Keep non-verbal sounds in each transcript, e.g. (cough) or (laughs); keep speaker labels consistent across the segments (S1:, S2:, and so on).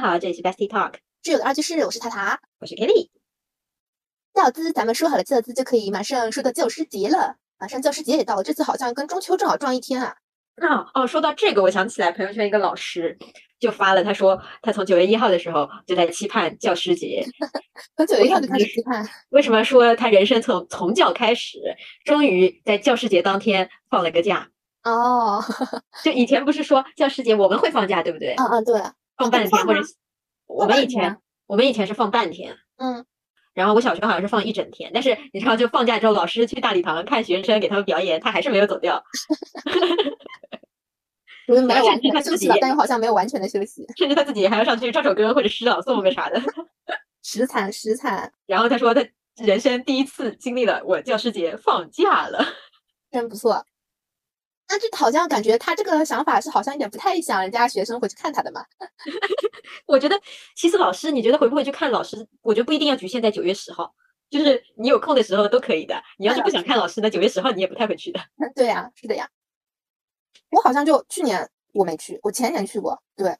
S1: 好，这里是 Bestie Talk，
S2: 挚友的二居室，我是塔塔。
S1: 我是 Kelly。
S2: 教资咱们说好了，教资就可以马上说到教师节了，马上教师节也到了，这次好像跟中秋正好撞一天啊。
S1: 啊哦，说到这个，我想起来朋友圈一个老师就发了，他说他从九月一号的时候就在期盼教师节。
S2: 从九月一号就开始批判，
S1: 为什么说他人生从从教开始，终于在教师节当天放了个假？
S2: 哦，
S1: 就以前不是说教师节我们会放假，对不对？
S2: 嗯嗯，对，
S1: 哦放啊半
S2: 放
S1: 天或者
S2: 吗
S1: 我们以
S2: 半天
S1: 前我们以前是放半天，
S2: 嗯，
S1: 然后我小学好像是放一整天，但是你知道，就放假之后，老师去大礼堂看学生给他们表演，他还是没有走掉，
S2: 我们没有
S1: 而且
S2: 完
S1: 批
S2: 全
S1: 判
S2: 休
S1: 自
S2: 息了
S1: 己，
S2: 但又好像没有完全的休息，
S1: 甚至他自己还要上去唱首歌或者诗朗诵个啥的。
S2: 实惨实惨，
S1: 然后他说他人生第一次经历了我教师节放假了。 (laughs)
S2: 真不错。那这好像感觉他这个想法是好像有点不太想人家学生回去看他的嘛。
S1: 我觉得其实老师，你觉得回不回去看老师？我觉得不一定要局限在九月十号，就是你有空的时候都可以的。你要是不想看老师呢，九月十号你也不太会去的。
S2: (laughs) 对呀、是的呀。我好像就去年我没去，我前年去过。对，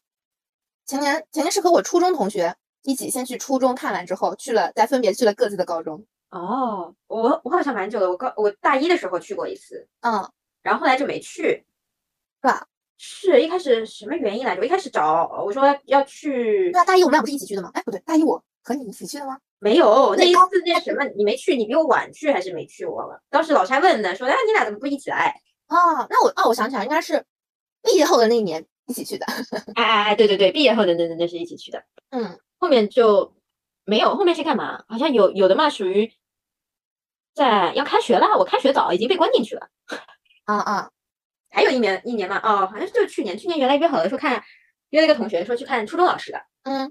S2: 前年前年是和我初中同学一起先去初中看完之后，去了再分别去了各自的高中。
S1: 哦，我我好像蛮久了，我高我大一的时候去过一次，
S2: 嗯，
S1: 然后后来就没去，
S2: 是吧？
S1: 是一开始什么原因来着？我一开始找我说要去
S2: 对，啊，大一我们俩不是一起去的吗？哎，不对，大一我和你一起去的吗？
S1: 没有那
S2: 对
S1: 一
S2: 高
S1: 次那什么你没去，你比我晚去还是没去？我忘了。当时老师还问呢，说哎你俩怎么不一起来？
S2: 哦，那我哦，我想起来，应该是毕业后的那一年一起去的。
S1: 哎哎哎，对对对，毕业后的那那那是一起去的。
S2: 嗯，
S1: 后面就没有，后面是干嘛？好像有有的嘛，属于在要开学了，我开学早已经被关进去了，
S2: 啊啊，
S1: 还有一年一年嘛，哦，好像就是去年，去年原来约好了说看约了一个同学说去看初中老师的，
S2: 嗯，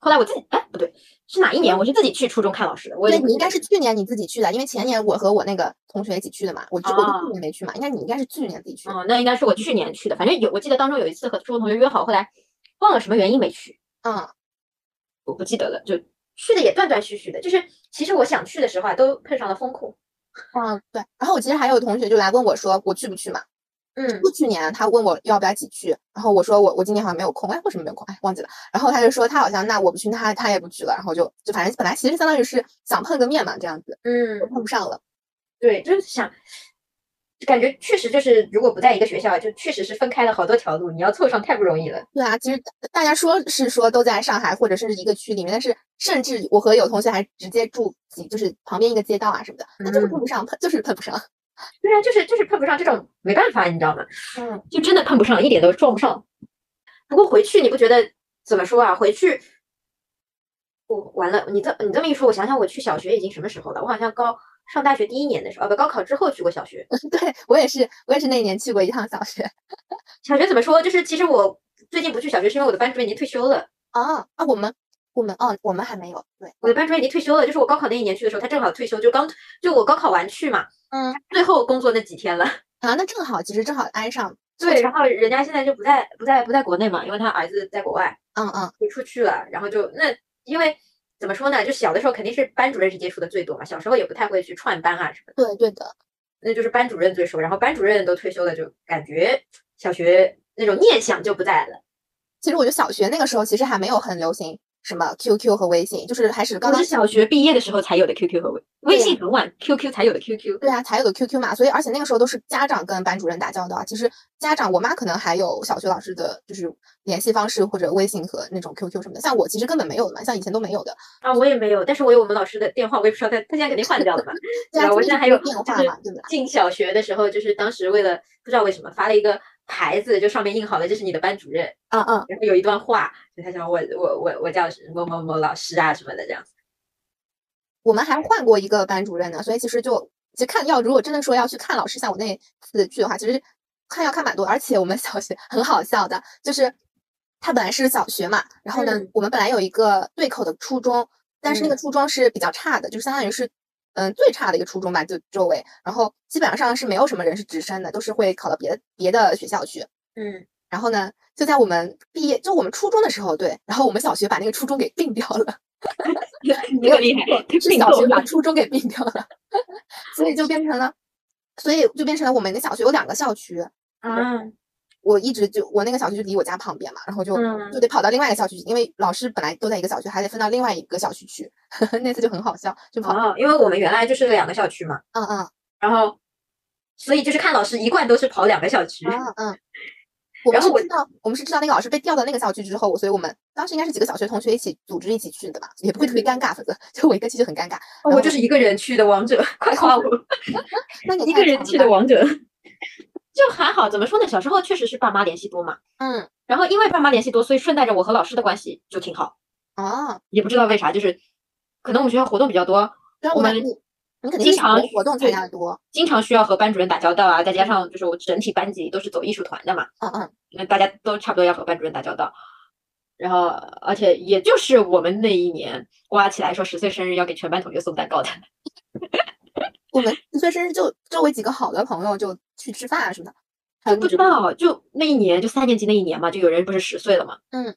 S1: 后来我自己哎不对，是哪一年？我是自己去初中看老师的，我也
S2: 对
S1: 不
S2: 你应
S1: 记
S2: 该
S1: 得
S2: 是去年你自己去的，因为前年我和我那个同学一起去的嘛，我去我就
S1: 哦
S2: 去年没去嘛，应该你应该是去年自己去的。
S1: 哦，那应该是我去年去的，反正有我记得当中有一次和初中同学约好，后来忘了什么原因没去，
S2: 嗯，
S1: 我不记得了，就去的也断断续续的，就是其实我想去的时候啊，都碰上了风控。
S2: 嗯，对。然后我其实还有同学就来问我说我去不去嘛，
S1: 嗯
S2: 就去年他问我要不要一起去，然后我说我我今年好像没有空，哎，为什么没有空？哎，忘记了。然后他就说他好像那我不去，那他他也不去了，然后就就反正本来其实相当于是想碰个面嘛，这样子
S1: 嗯
S2: 就碰不上了。
S1: (laughs) 对，就是想，感觉确实就是，如果不在一个学校，就确实是分开了好多条路，你要凑上太不容易了。
S2: 对啊，其实大家说是说都在上海或者甚至一个区里面，但是甚至我和有同学还直接住几就是旁边一个街道啊什么的，那就是碰不上，碰就是碰不上。
S1: 对啊，就是就是碰不上这种，没办法，你知道吗？
S2: 嗯，
S1: 就真的碰不上，一点都撞不上。不过回去你不觉得怎么说啊？回去，我完了，你这你这么一说，我想想，我去小学已经什么时候了？我好像高上大学第一年的时候，啊不，高考之后去过小学。
S2: (laughs) 对我也是，我也是那一年去过一趟小学。 (laughs)
S1: 小学怎么说？就是其实我最近不去小学，是因为我的班主任已经退休了。
S2: 啊啊，我们我们哦，我们还没有。对，
S1: 我的班主任已经退休了，就是我高考那一年去的时候，他正好退休，就刚就我高考完去嘛，
S2: 嗯
S1: 最后工作那几天了。
S2: 啊，那正好，其实正好挨上。
S1: 对，然后人家现在就不在不在不在国内嘛，因为他儿子在国外，
S2: 嗯嗯，
S1: 就出去了。然后就那因为怎么说呢，就小的时候肯定是班主任是接触的最多嘛，小时候也不太会去串班啊什么的，
S2: 对对的。
S1: 那就是班主任最熟。然后班主任都退休了，就感觉小学那种念想就不在了。
S2: 其实我觉得小学那个时候其实还没有很流行什么 QQ 和微信，就是还是刚
S1: 我
S2: 刚
S1: 是小学毕业的时候才有的 QQ 和微微
S2: 对呀
S1: 信很晚，QQ 才有的 QQ。
S2: 对啊才有的 QQ 嘛，所以而且那个时候都是家长跟班主任打交道啊。其实家长，我妈可能还有小学老师的就是联系方式或者微信和那种 QQ 什么的，像我其实根本没有的嘛，像以前都没有的。
S1: 啊，我也没有，但是我有我们老师的电话，我也不知道他他现在肯定换掉了嘛。
S2: 对
S1: 吧
S2: 啊，
S1: 我
S2: 就
S1: 现在
S2: 是
S1: 还有
S2: 电
S1: 就
S2: 话
S1: 是
S2: 嘛，对不对？
S1: 进小学的时候，就是当时为了不知道为什么发了一个牌子，就上面印好了这是你的班主任，
S2: 嗯嗯，
S1: 然后有一段话，就他讲我我我我叫某某某老师啊什么的这样子。
S2: 我们还换过一个班主任呢，所以其实就其实看要如果真的说要去看老师，像我那次去的话，其实看要看蛮多，而且我们 (laughs) 小学很好笑的，就是他本来是小学嘛，然后呢，
S1: 嗯
S2: 我们本来有一个对口的初中，但是那个初中是比较差的，就相当于是。嗯，最差的一个初中吧，就周围，然后基本上是没有什么人是直升的，都是会考到别的别的学校去。
S1: (laughs) 嗯，
S2: 然后呢，就在我们毕业，就我们初中的时候，对，然后我们小学把那个初中给并掉了。
S1: 这个厉害，
S2: 是
S1: 并
S2: 小
S1: 购
S2: 学把
S1: 了
S2: 初中给并掉了， (laughs) 所以就变成了，所以就变成了我们的小学有两个校区，
S1: 啊，
S2: 我一直就我那个小区就离我家旁边嘛，然后就
S1: 嗯
S2: 就得跑到另外一个小区去，因为老师本来都在一个小区，还得分到另外一个小区去。 (laughs) 那次就很好笑，就跑，
S1: 哦，因为我们原来就是两个校区嘛，
S2: 嗯嗯
S1: 然后所以就是看老师一贯都是跑两个校区，
S2: 嗯嗯。我们
S1: 然
S2: 是
S1: 后我
S2: 知道，我们是知道那个老师被调到那个校区之后，所以我们当时应该是几个小学同学一起组织一起去的吧，也不会特
S1: 嗯
S2: 别尴尬，否则就我一个去就很尴尬。
S1: 哦我就是一个人去的王者，快夸我，
S2: 那你
S1: 一个
S2: 太
S1: 人
S2: 惨
S1: 去
S2: 了
S1: 的王者， (laughs) 就还好，怎么说呢？小时候确实是爸妈联系多嘛，
S2: 嗯
S1: 然后因为爸妈联系多，所以顺带着我和老师的关系就挺好，
S2: 哦，
S1: 也不知道为啥，就是可能我们学校活动比较多，
S2: 然
S1: 我
S2: 后我感觉
S1: 们
S2: 你你肯定
S1: 经
S2: 是小
S1: 常
S2: 学活动参
S1: 对
S2: 加的多，
S1: 经常需要和班主任打交道啊，再加上就是我整体班级都是走艺术团的嘛，
S2: 嗯嗯
S1: 那大家都差不多要和班主任打交道。然后，而且也就是我们那一年，哇起来说十岁生日要给全班同学送蛋糕的，(laughs)
S2: 我们十岁生日就周围几个好的朋友就去吃饭啊什么的，还有
S1: 不
S2: 那
S1: 知
S2: 种
S1: 道就那一年就三年级那一年嘛，就有人不是十岁了嘛，
S2: 嗯，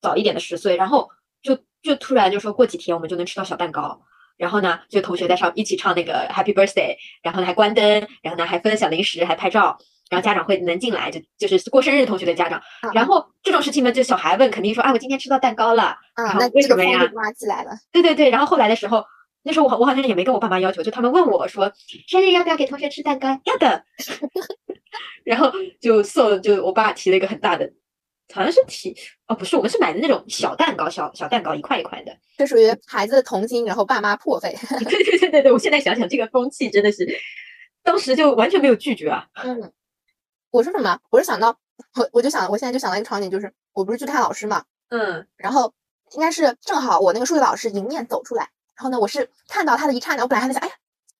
S1: 早一点的十岁，然后就就突然就说过几天我们就能吃到小蛋糕。然后呢，就同学在上一起唱那个 Happy Birthday，然后呢还关灯，然后呢还分享零食，还拍照，然后家长会能进来，就就是过生日的同学的家长，然后这种事情呢，就小孩们肯定说啊，我今天吃到蛋糕了，
S2: 啊，
S1: 好
S2: 那
S1: 为
S2: 这
S1: 什
S2: 个
S1: 么
S2: 风
S1: 呀
S2: 就刮起来了，
S1: 对对对。然后后来的时候，那时候我好我好像也没跟我爸妈要求，就他们问我说，生日要不要给同学吃蛋糕？要的。 (laughs) 然后就送，就我爸提了一个很大的，好像是提哦，不是，我们是买的那种小蛋糕，小小蛋糕一块一块的。 (laughs)
S2: 这属于孩子的童心，然后爸妈破费。 (laughs)
S1: 对对对对对，我现在想想这个风气真的是，当时就完全没有拒绝啊。
S2: 嗯，我说什么？我是想到我我就想我现在就想到一个场景，就是我不是去看老师嘛，
S1: 嗯
S2: 然后应该是正好我那个数学老师迎面走出来，然后呢，我是看到他的一刹那，我本来还在想，哎呀，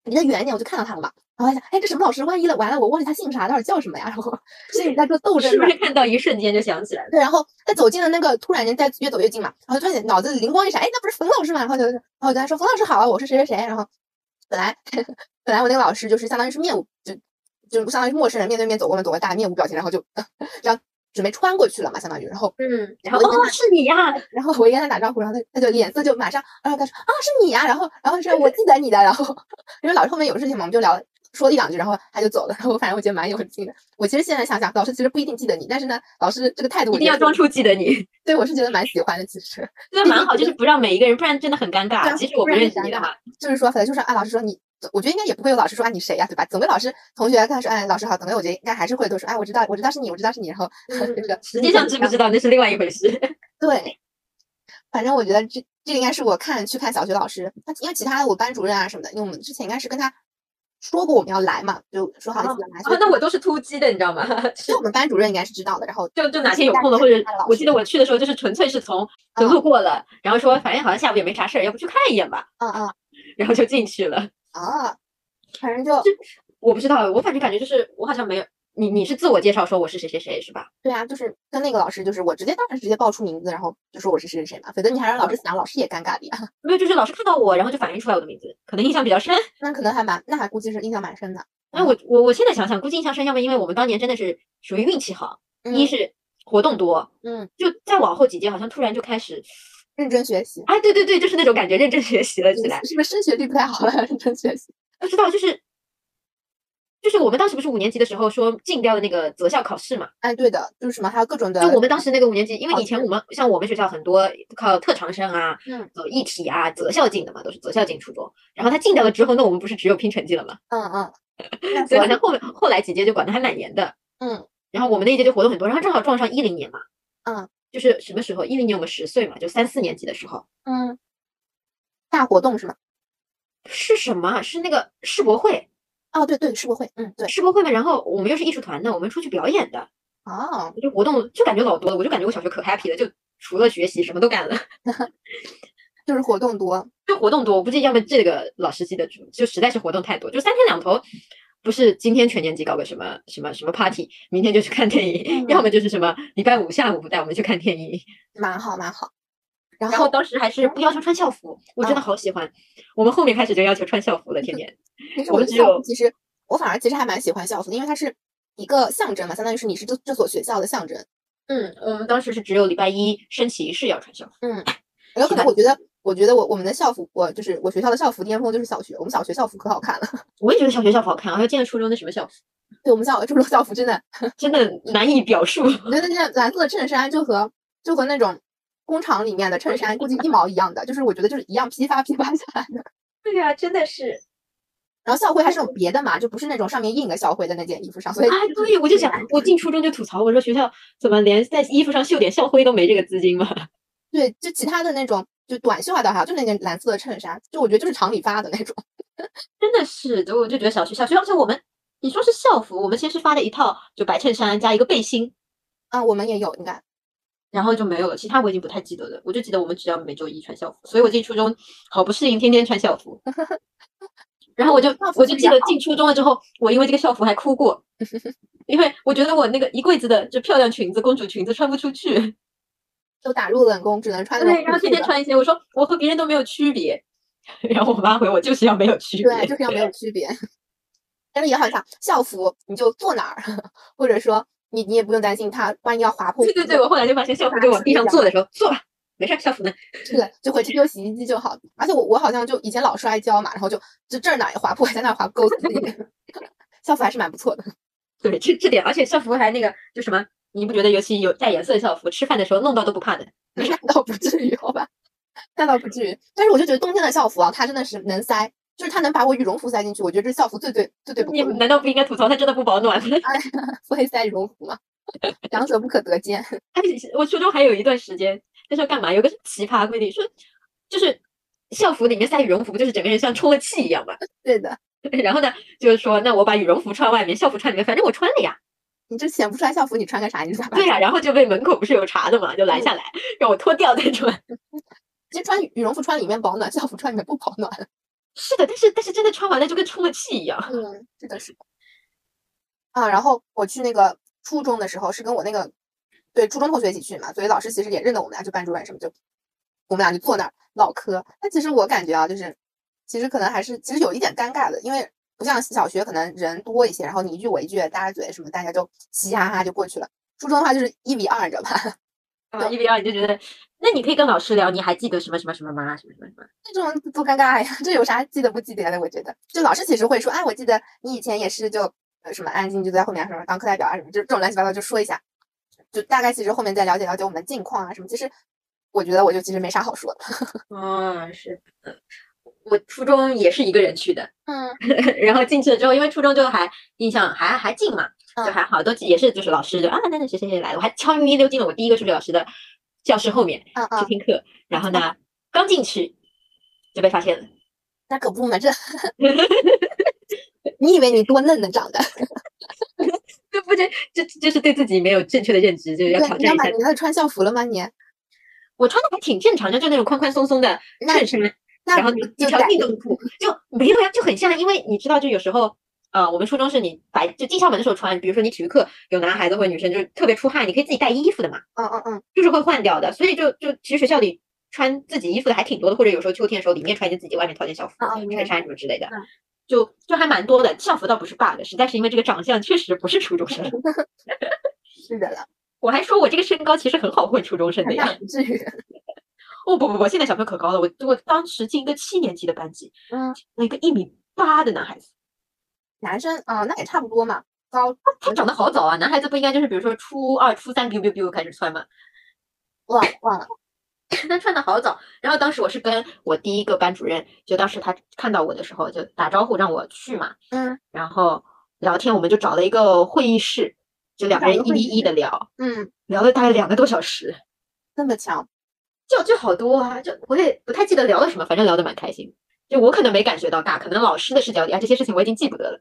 S2: 离得远一点我就看到他了嘛，然后还想，哎，这什么老师？万一了完了，我忘记他姓啥，到底叫什么呀？然后 (laughs) 心里在做斗争
S1: 是
S2: 呢
S1: 不是看到一瞬间就想起来了？
S2: 对，然后他走近了那个，突然间在越走越近嘛，然后突然间脑子里灵光一闪，哎，那不是冯老师嘛？然后就，然后我跟他说冯老师好啊，我是谁谁谁。然后本来 (laughs) 本来我那个老师就是相当于是面无就就相当于是陌生人面对面走过来，走过来大家面无表情，然后就这样准备穿过去了嘛，相当于，然后
S1: 嗯，然后
S2: 我就
S1: 哦，是你呀、
S2: 然后我一跟他打招呼，然后他他就脸色就马上，然后他说啊是你呀、然后然后说我记得你的，然后因为老师后面有事情嘛，我们就聊说了一两句，然后他就走了，然 (laughs) 后反正我觉得蛮有劲的。我其实现在想想，老师其实不一定记得你，但是呢，老师这个态度我
S1: 一定
S2: 觉
S1: 要
S2: 得
S1: 装
S2: 是，
S1: 出记得你。 (laughs)
S2: 对我是觉得蛮喜欢的，其实。
S1: 那
S2: 毕
S1: 蛮
S2: 竟
S1: 好，
S2: 觉
S1: 就是不让每一个人，不然真的很尴
S2: 对
S1: 尬。
S2: 啊
S1: 即使我不
S2: 不然
S1: 认
S2: 很
S1: 识你的
S2: 尴尬
S1: 话，
S2: 就是说，反正就是啊，老师说你，我觉得应该也不会有老师说啊你谁呀、对吧？总归老师同学跟他说，哎，老师好，总归我觉得应该还是会都说，哎，我知道，我知道是你，我知道是你，然后这个
S1: 嗯实际上知不知道那是另外一回事。
S2: 对，反正我觉得这这应该是我看去看小学老师，他因为其他的我班主任啊什么的，因为我们之前应该是跟他说过我们要来嘛，就说好一起要来，所
S1: 哦
S2: 以，
S1: 那我都是突击的，你知道吗？ (laughs)
S2: 所以我们班主任应该是知道的，然后
S1: 就就哪天有
S2: 大
S1: 空了，
S2: 家
S1: 或者
S2: 看老
S1: 我
S2: 师嗯
S1: 记得我去的时候，就是纯粹是从就路过了，然后说反正好像下午也没啥事儿，要不去看一眼吧，
S2: 嗯嗯
S1: 然后就进去了。
S2: 啊，反正就
S1: 我不知道，我反正感觉就是我好像没有你，你是自我介绍说我是谁谁谁是吧？
S2: 对啊，就是跟那个老师，就是我直接当然直接报出名字，然后就说我是谁谁谁嘛，否则你还让老师想，老师也尴尬的呀。
S1: 没有，就是老师看到我，然后就反映出来我的名字，可能印象比较深。
S2: 那可能还蛮，那还估计是印象蛮深的。
S1: 那我我我现在想想，估计印象深，要么因为我们当年真的是属于运气好，一
S2: 嗯
S1: 是活动多，
S2: 嗯，
S1: 就再往后几届好像突然就开始
S2: 认真学习，
S1: 哎，对对对，就是那种感觉，认真学习了起
S2: 你
S1: 来。
S2: 是不是升学率不太好了？ (laughs) 认真学习，
S1: 不知道就是，就是我们当时不是五年级的时候说禁掉的那个择校考试嘛？
S2: 哎，对的，就是什么还有各种的，
S1: 就我们当时那个五年级，因为
S2: 考
S1: 以前
S2: 试
S1: 我们像我们学校很多考特长生啊、
S2: 嗯
S1: 呃艺体啊择校进的嘛，都是择校进初中。然后他禁掉了之后，那我们不是只有拼成绩了嘛？
S2: 嗯
S1: (laughs)
S2: 嗯，那
S1: 所以
S2: 所
S1: 好像
S2: 以
S1: 后面后来几届就管的还蛮严的。
S2: 嗯
S1: 然后我们那一届就活动很多，然后正好撞上一零年嘛，
S2: 嗯，
S1: 就是什么时候？一零年我们十岁嘛，就三四年级的时候，
S2: 嗯，大活动是吗？
S1: 是什么啊？是那个世博会，
S2: 哦，对对，世博会，嗯对，
S1: 世博会嘛。然后我们又是艺术团的，我们出去表演的。
S2: 哦，
S1: 我就活动就感觉老多了，我就感觉我小学可 happy 了，就除了学习什么都干了。 (laughs)
S2: 就是活动多，
S1: 就活动多，我估计要么这个老师记得住，就实在是活动太多，就三天两头，不是今天全年级搞个什么什么什么 party，明天就去看电影，
S2: 嗯
S1: 要么就是什么礼拜五下午带我们去看电影。
S2: 蛮好蛮好。然
S1: 然后
S2: 后
S1: 当时还是嗯不要求穿校服，我真的好喜欢。我们后面开始就要求穿校服了，天天。
S2: 其实
S1: 我
S2: 我
S1: 们
S2: 觉
S1: 只
S2: 得校服
S1: 有
S2: 其实我反而其实还蛮喜欢校服的，因为它是一个象征嘛，相当于是你是这这所学校的象征。
S1: 嗯，我们当时是只有礼拜一升旗仪式要穿校服。
S2: 嗯，有可
S1: 是吧
S2: 能我觉得，我觉得我我们的校服，我就是我学校的校服巅峰就是小学，我们小学校服可好看了。
S1: 我也觉得小学校服好看，然后见了初中的什么校服，
S2: 对我们校这种校服真的，
S1: 真的难以表述。 (laughs)
S2: 对对对，蓝色的衬衫就和就和那种工厂里面的衬衫估计一毛一样的，就是我觉得就是一样批发批发下来的。
S1: 对呀、真的是
S2: 然后校徽还是有别的嘛，就不是那种上面印个校徽的那件衣服上，所以
S1: 啊，对，我就想，我进初中就吐槽，我说学校怎么连在衣服上绣点校徽都没这个资金 (laughs) 嘛？
S2: 对，就其他的那种就短袖啊倒还好，就那件蓝色的衬衫，就我觉得就是厂里发的那种。
S1: 真的是，就我就觉得小学校学校，而且我们你说是校服，我们先是发了一套就白衬衫加一个背心，
S2: 啊，我们也有，应该
S1: 然后就没有了，其他我已经不太记得了，我就记得我们只要每周一穿校服，所以我进初中好不适应天天穿校 (laughs) 服。然后我就
S2: 校服
S1: 我
S2: 是
S1: 就
S2: 比
S1: 记
S2: 较
S1: 得进初中了之后，我因为这个校服还哭 (laughs) 过，因为我觉得我那个一柜子的就漂亮裙子、公主裙子穿不出去，
S2: 都打入冷宫，只能穿那种
S1: 对，然后
S2: 朴素
S1: 天天
S2: 的
S1: 穿一些，我说我和别人都没有区别，然后我妈回我就是要没有区别，
S2: 对，就是要没有区别。但是也好像校服，你就坐哪儿， (laughs) 或者说你你也不用担心它万一要划
S1: (laughs)
S2: 破。
S1: 对对对，我后来就发现校服就往地上坐的时候坐吧，没事儿，校服呢。
S2: 是的，就回去丢洗衣机就好。而且我我好像就以前老摔跤嘛，然后就就这儿哪儿也划破，在 (laughs) 那儿划破，勾自己。 (laughs) 校服还是蛮不错的。
S1: 对，这这点，而且校服还那个就什么，你不觉得尤其有带颜色的校服，吃饭的时候弄到都不怕的。
S2: 那倒不至于，好吧，那倒不至于。但是我就觉得冬天的校服啊，它真的是能塞，就是它能把我羽绒服塞进去。我觉得这校服最对最对不
S1: 你
S2: 过的，
S1: 难道不应该吐槽它真的不保暖吗？ (laughs)
S2: 腹黑塞羽绒服嘛，两者不可得兼。 (laughs)
S1: 而且哎我初中还有一段时间，那时候干嘛？有个奇葩规定说，就是校服里面塞羽绒服，就是整个人像充了气一样嘛。 (laughs)
S2: 对的，
S1: 然后呢，就是说，那我把羽绒服穿外面，校服穿里面，反正我穿了呀。
S2: 你这显不出来校服，你穿个啥？你咋
S1: (laughs)
S2: 办？
S1: 对呀、然后就被门口不是有查的嘛，就拦下来，让我脱掉再穿。
S2: 其实穿羽绒服穿里面保暖，校服穿里面不保暖。
S1: (laughs) 是的，但是但是真的穿完了就跟充了气一样。
S2: 嗯，是的，是的。啊，然后我去那个初中的时候，是跟我那个对初中同学一起去嘛，所以老师其实也认得我们俩，就班主任什么就，我们俩就坐那儿唠嗑。但其实我感觉啊，就是其实可能还是其实有一点尴尬的，因为不像小学可能人多一些，然后你一句我一句搭着嘴什么，大家就嘻嘻哈哈就过去了。初中的话就是一比二，你知道吧？
S1: 啊，一比二你就觉得，那你可以跟老师聊，你还记得什么什么什么吗？什么什么什么？
S2: 这种多尴尬呀！ (laughs) 这有啥记得不记得的？我觉得，就老师其实会说，哎，我记得你以前也是就呃什么安静就在后面啊什么当课代表啊什么，就是这种乱七八糟就说一下，就大概其实后面再了解了解我们的近况啊什么。其实我觉得我就其实没啥好说的。
S1: 嗯，是的，我初中也是一个人去的， (laughs)
S2: 嗯，
S1: 然后进去了之后，因为初中就还印象还还近嘛，就
S2: 嗯
S1: 还好，都也是就是老师就啊，那那谁谁谁来了，我还悄咪咪溜进了我第一个数学老师的教室后面
S2: 啊
S1: 去
S2: 啊，
S1: 听课，然 (laughs) 后呢，刚进去就被发现了，
S2: 那可不嘛，
S1: (laughs)
S2: 这你以为你多嫩呢长得？
S1: 对不对？这这就是对自己没有正确的认知，就是
S2: 对
S1: 要挑，
S2: 你要
S1: 战一
S2: 买
S1: 下。
S2: 你要穿校服了吗你？
S1: 我穿的还挺正常，就就那种宽宽松松的
S2: 那
S1: 衬衫，
S2: 那
S1: 然后
S2: 你
S1: 一
S2: 就
S1: 条
S2: 改
S1: 运动裤，就没有呀，就很像，因为你知道，就有时候，呃，我们初中是你白就进校门的时候穿，比如说你体育课有男孩子或者女生就是特别出汗，你可以自己带衣服的嘛，
S2: 嗯嗯嗯，
S1: 就是会换掉的，所以就就其实学校里穿自己衣服的还挺多的，或者有时候秋天的时候里面穿一件自己，外面套件校服
S2: 啊啊明、白
S1: 衬衫什么之类的
S2: 嗯，
S1: 就就还蛮多的。校服倒不是 bug，实在是因为这个长相确实不是初中生。
S2: 是的了，
S1: 我还说我这个身高其实很好混初中生的呀
S2: 那。不至于。 (laughs)
S1: 哦不不不，现在小朋友可高了，我我当时进一个七年级的班级，
S2: 嗯，
S1: 那个一米八的男孩子。
S2: 男生啊，那也差不多嘛，高
S1: 他长得好早啊，男孩子不应该就是比如说初二、初三，biu biu biu 开始穿嘛？
S2: 忘了忘了。
S1: 他穿的好早。然后当时我是跟我第一个班主任，就当时他看到我的时候就打招呼让我去嘛，
S2: 嗯
S1: 然后聊天我们就找了一个会议室，就两个人一对一的聊，
S2: 嗯，
S1: 聊了大概两个多小时，
S2: 这么巧。
S1: 就就好多啊，就我也不太记得聊了什么，反正聊得蛮开心。就我可能没感觉到尬，可能老师的视角里啊，这些事情我已经记不得了。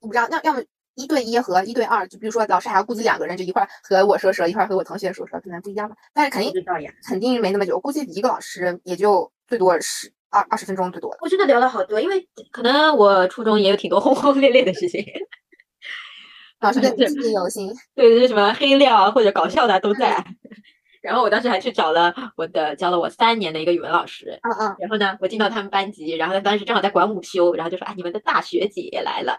S2: 我不知道，那要么一对一和一对二，就比如说老师还要顾及两个人，就一块儿和我说说，一块儿和我同学说说，可能不一样吧。但是肯定
S1: 道呀，
S2: 肯定没那么久，估计一个老师也就最多十二二十分钟最多了。
S1: 我真的聊了好多，因为可能我初中也有挺多轰 (laughs) 轰烈烈的事情。
S2: 老师对你
S1: 是
S2: 记忆犹新，
S1: 对，就是什么黑料啊或者搞笑的啊都在。 (laughs) 然后我当时还去找了我的教了我三年的一个语文老师，
S2: 嗯嗯，
S1: 然后呢，我进到他们班级，然后他当时正好在管午休，然后就说啊，你们的大学姐也来了，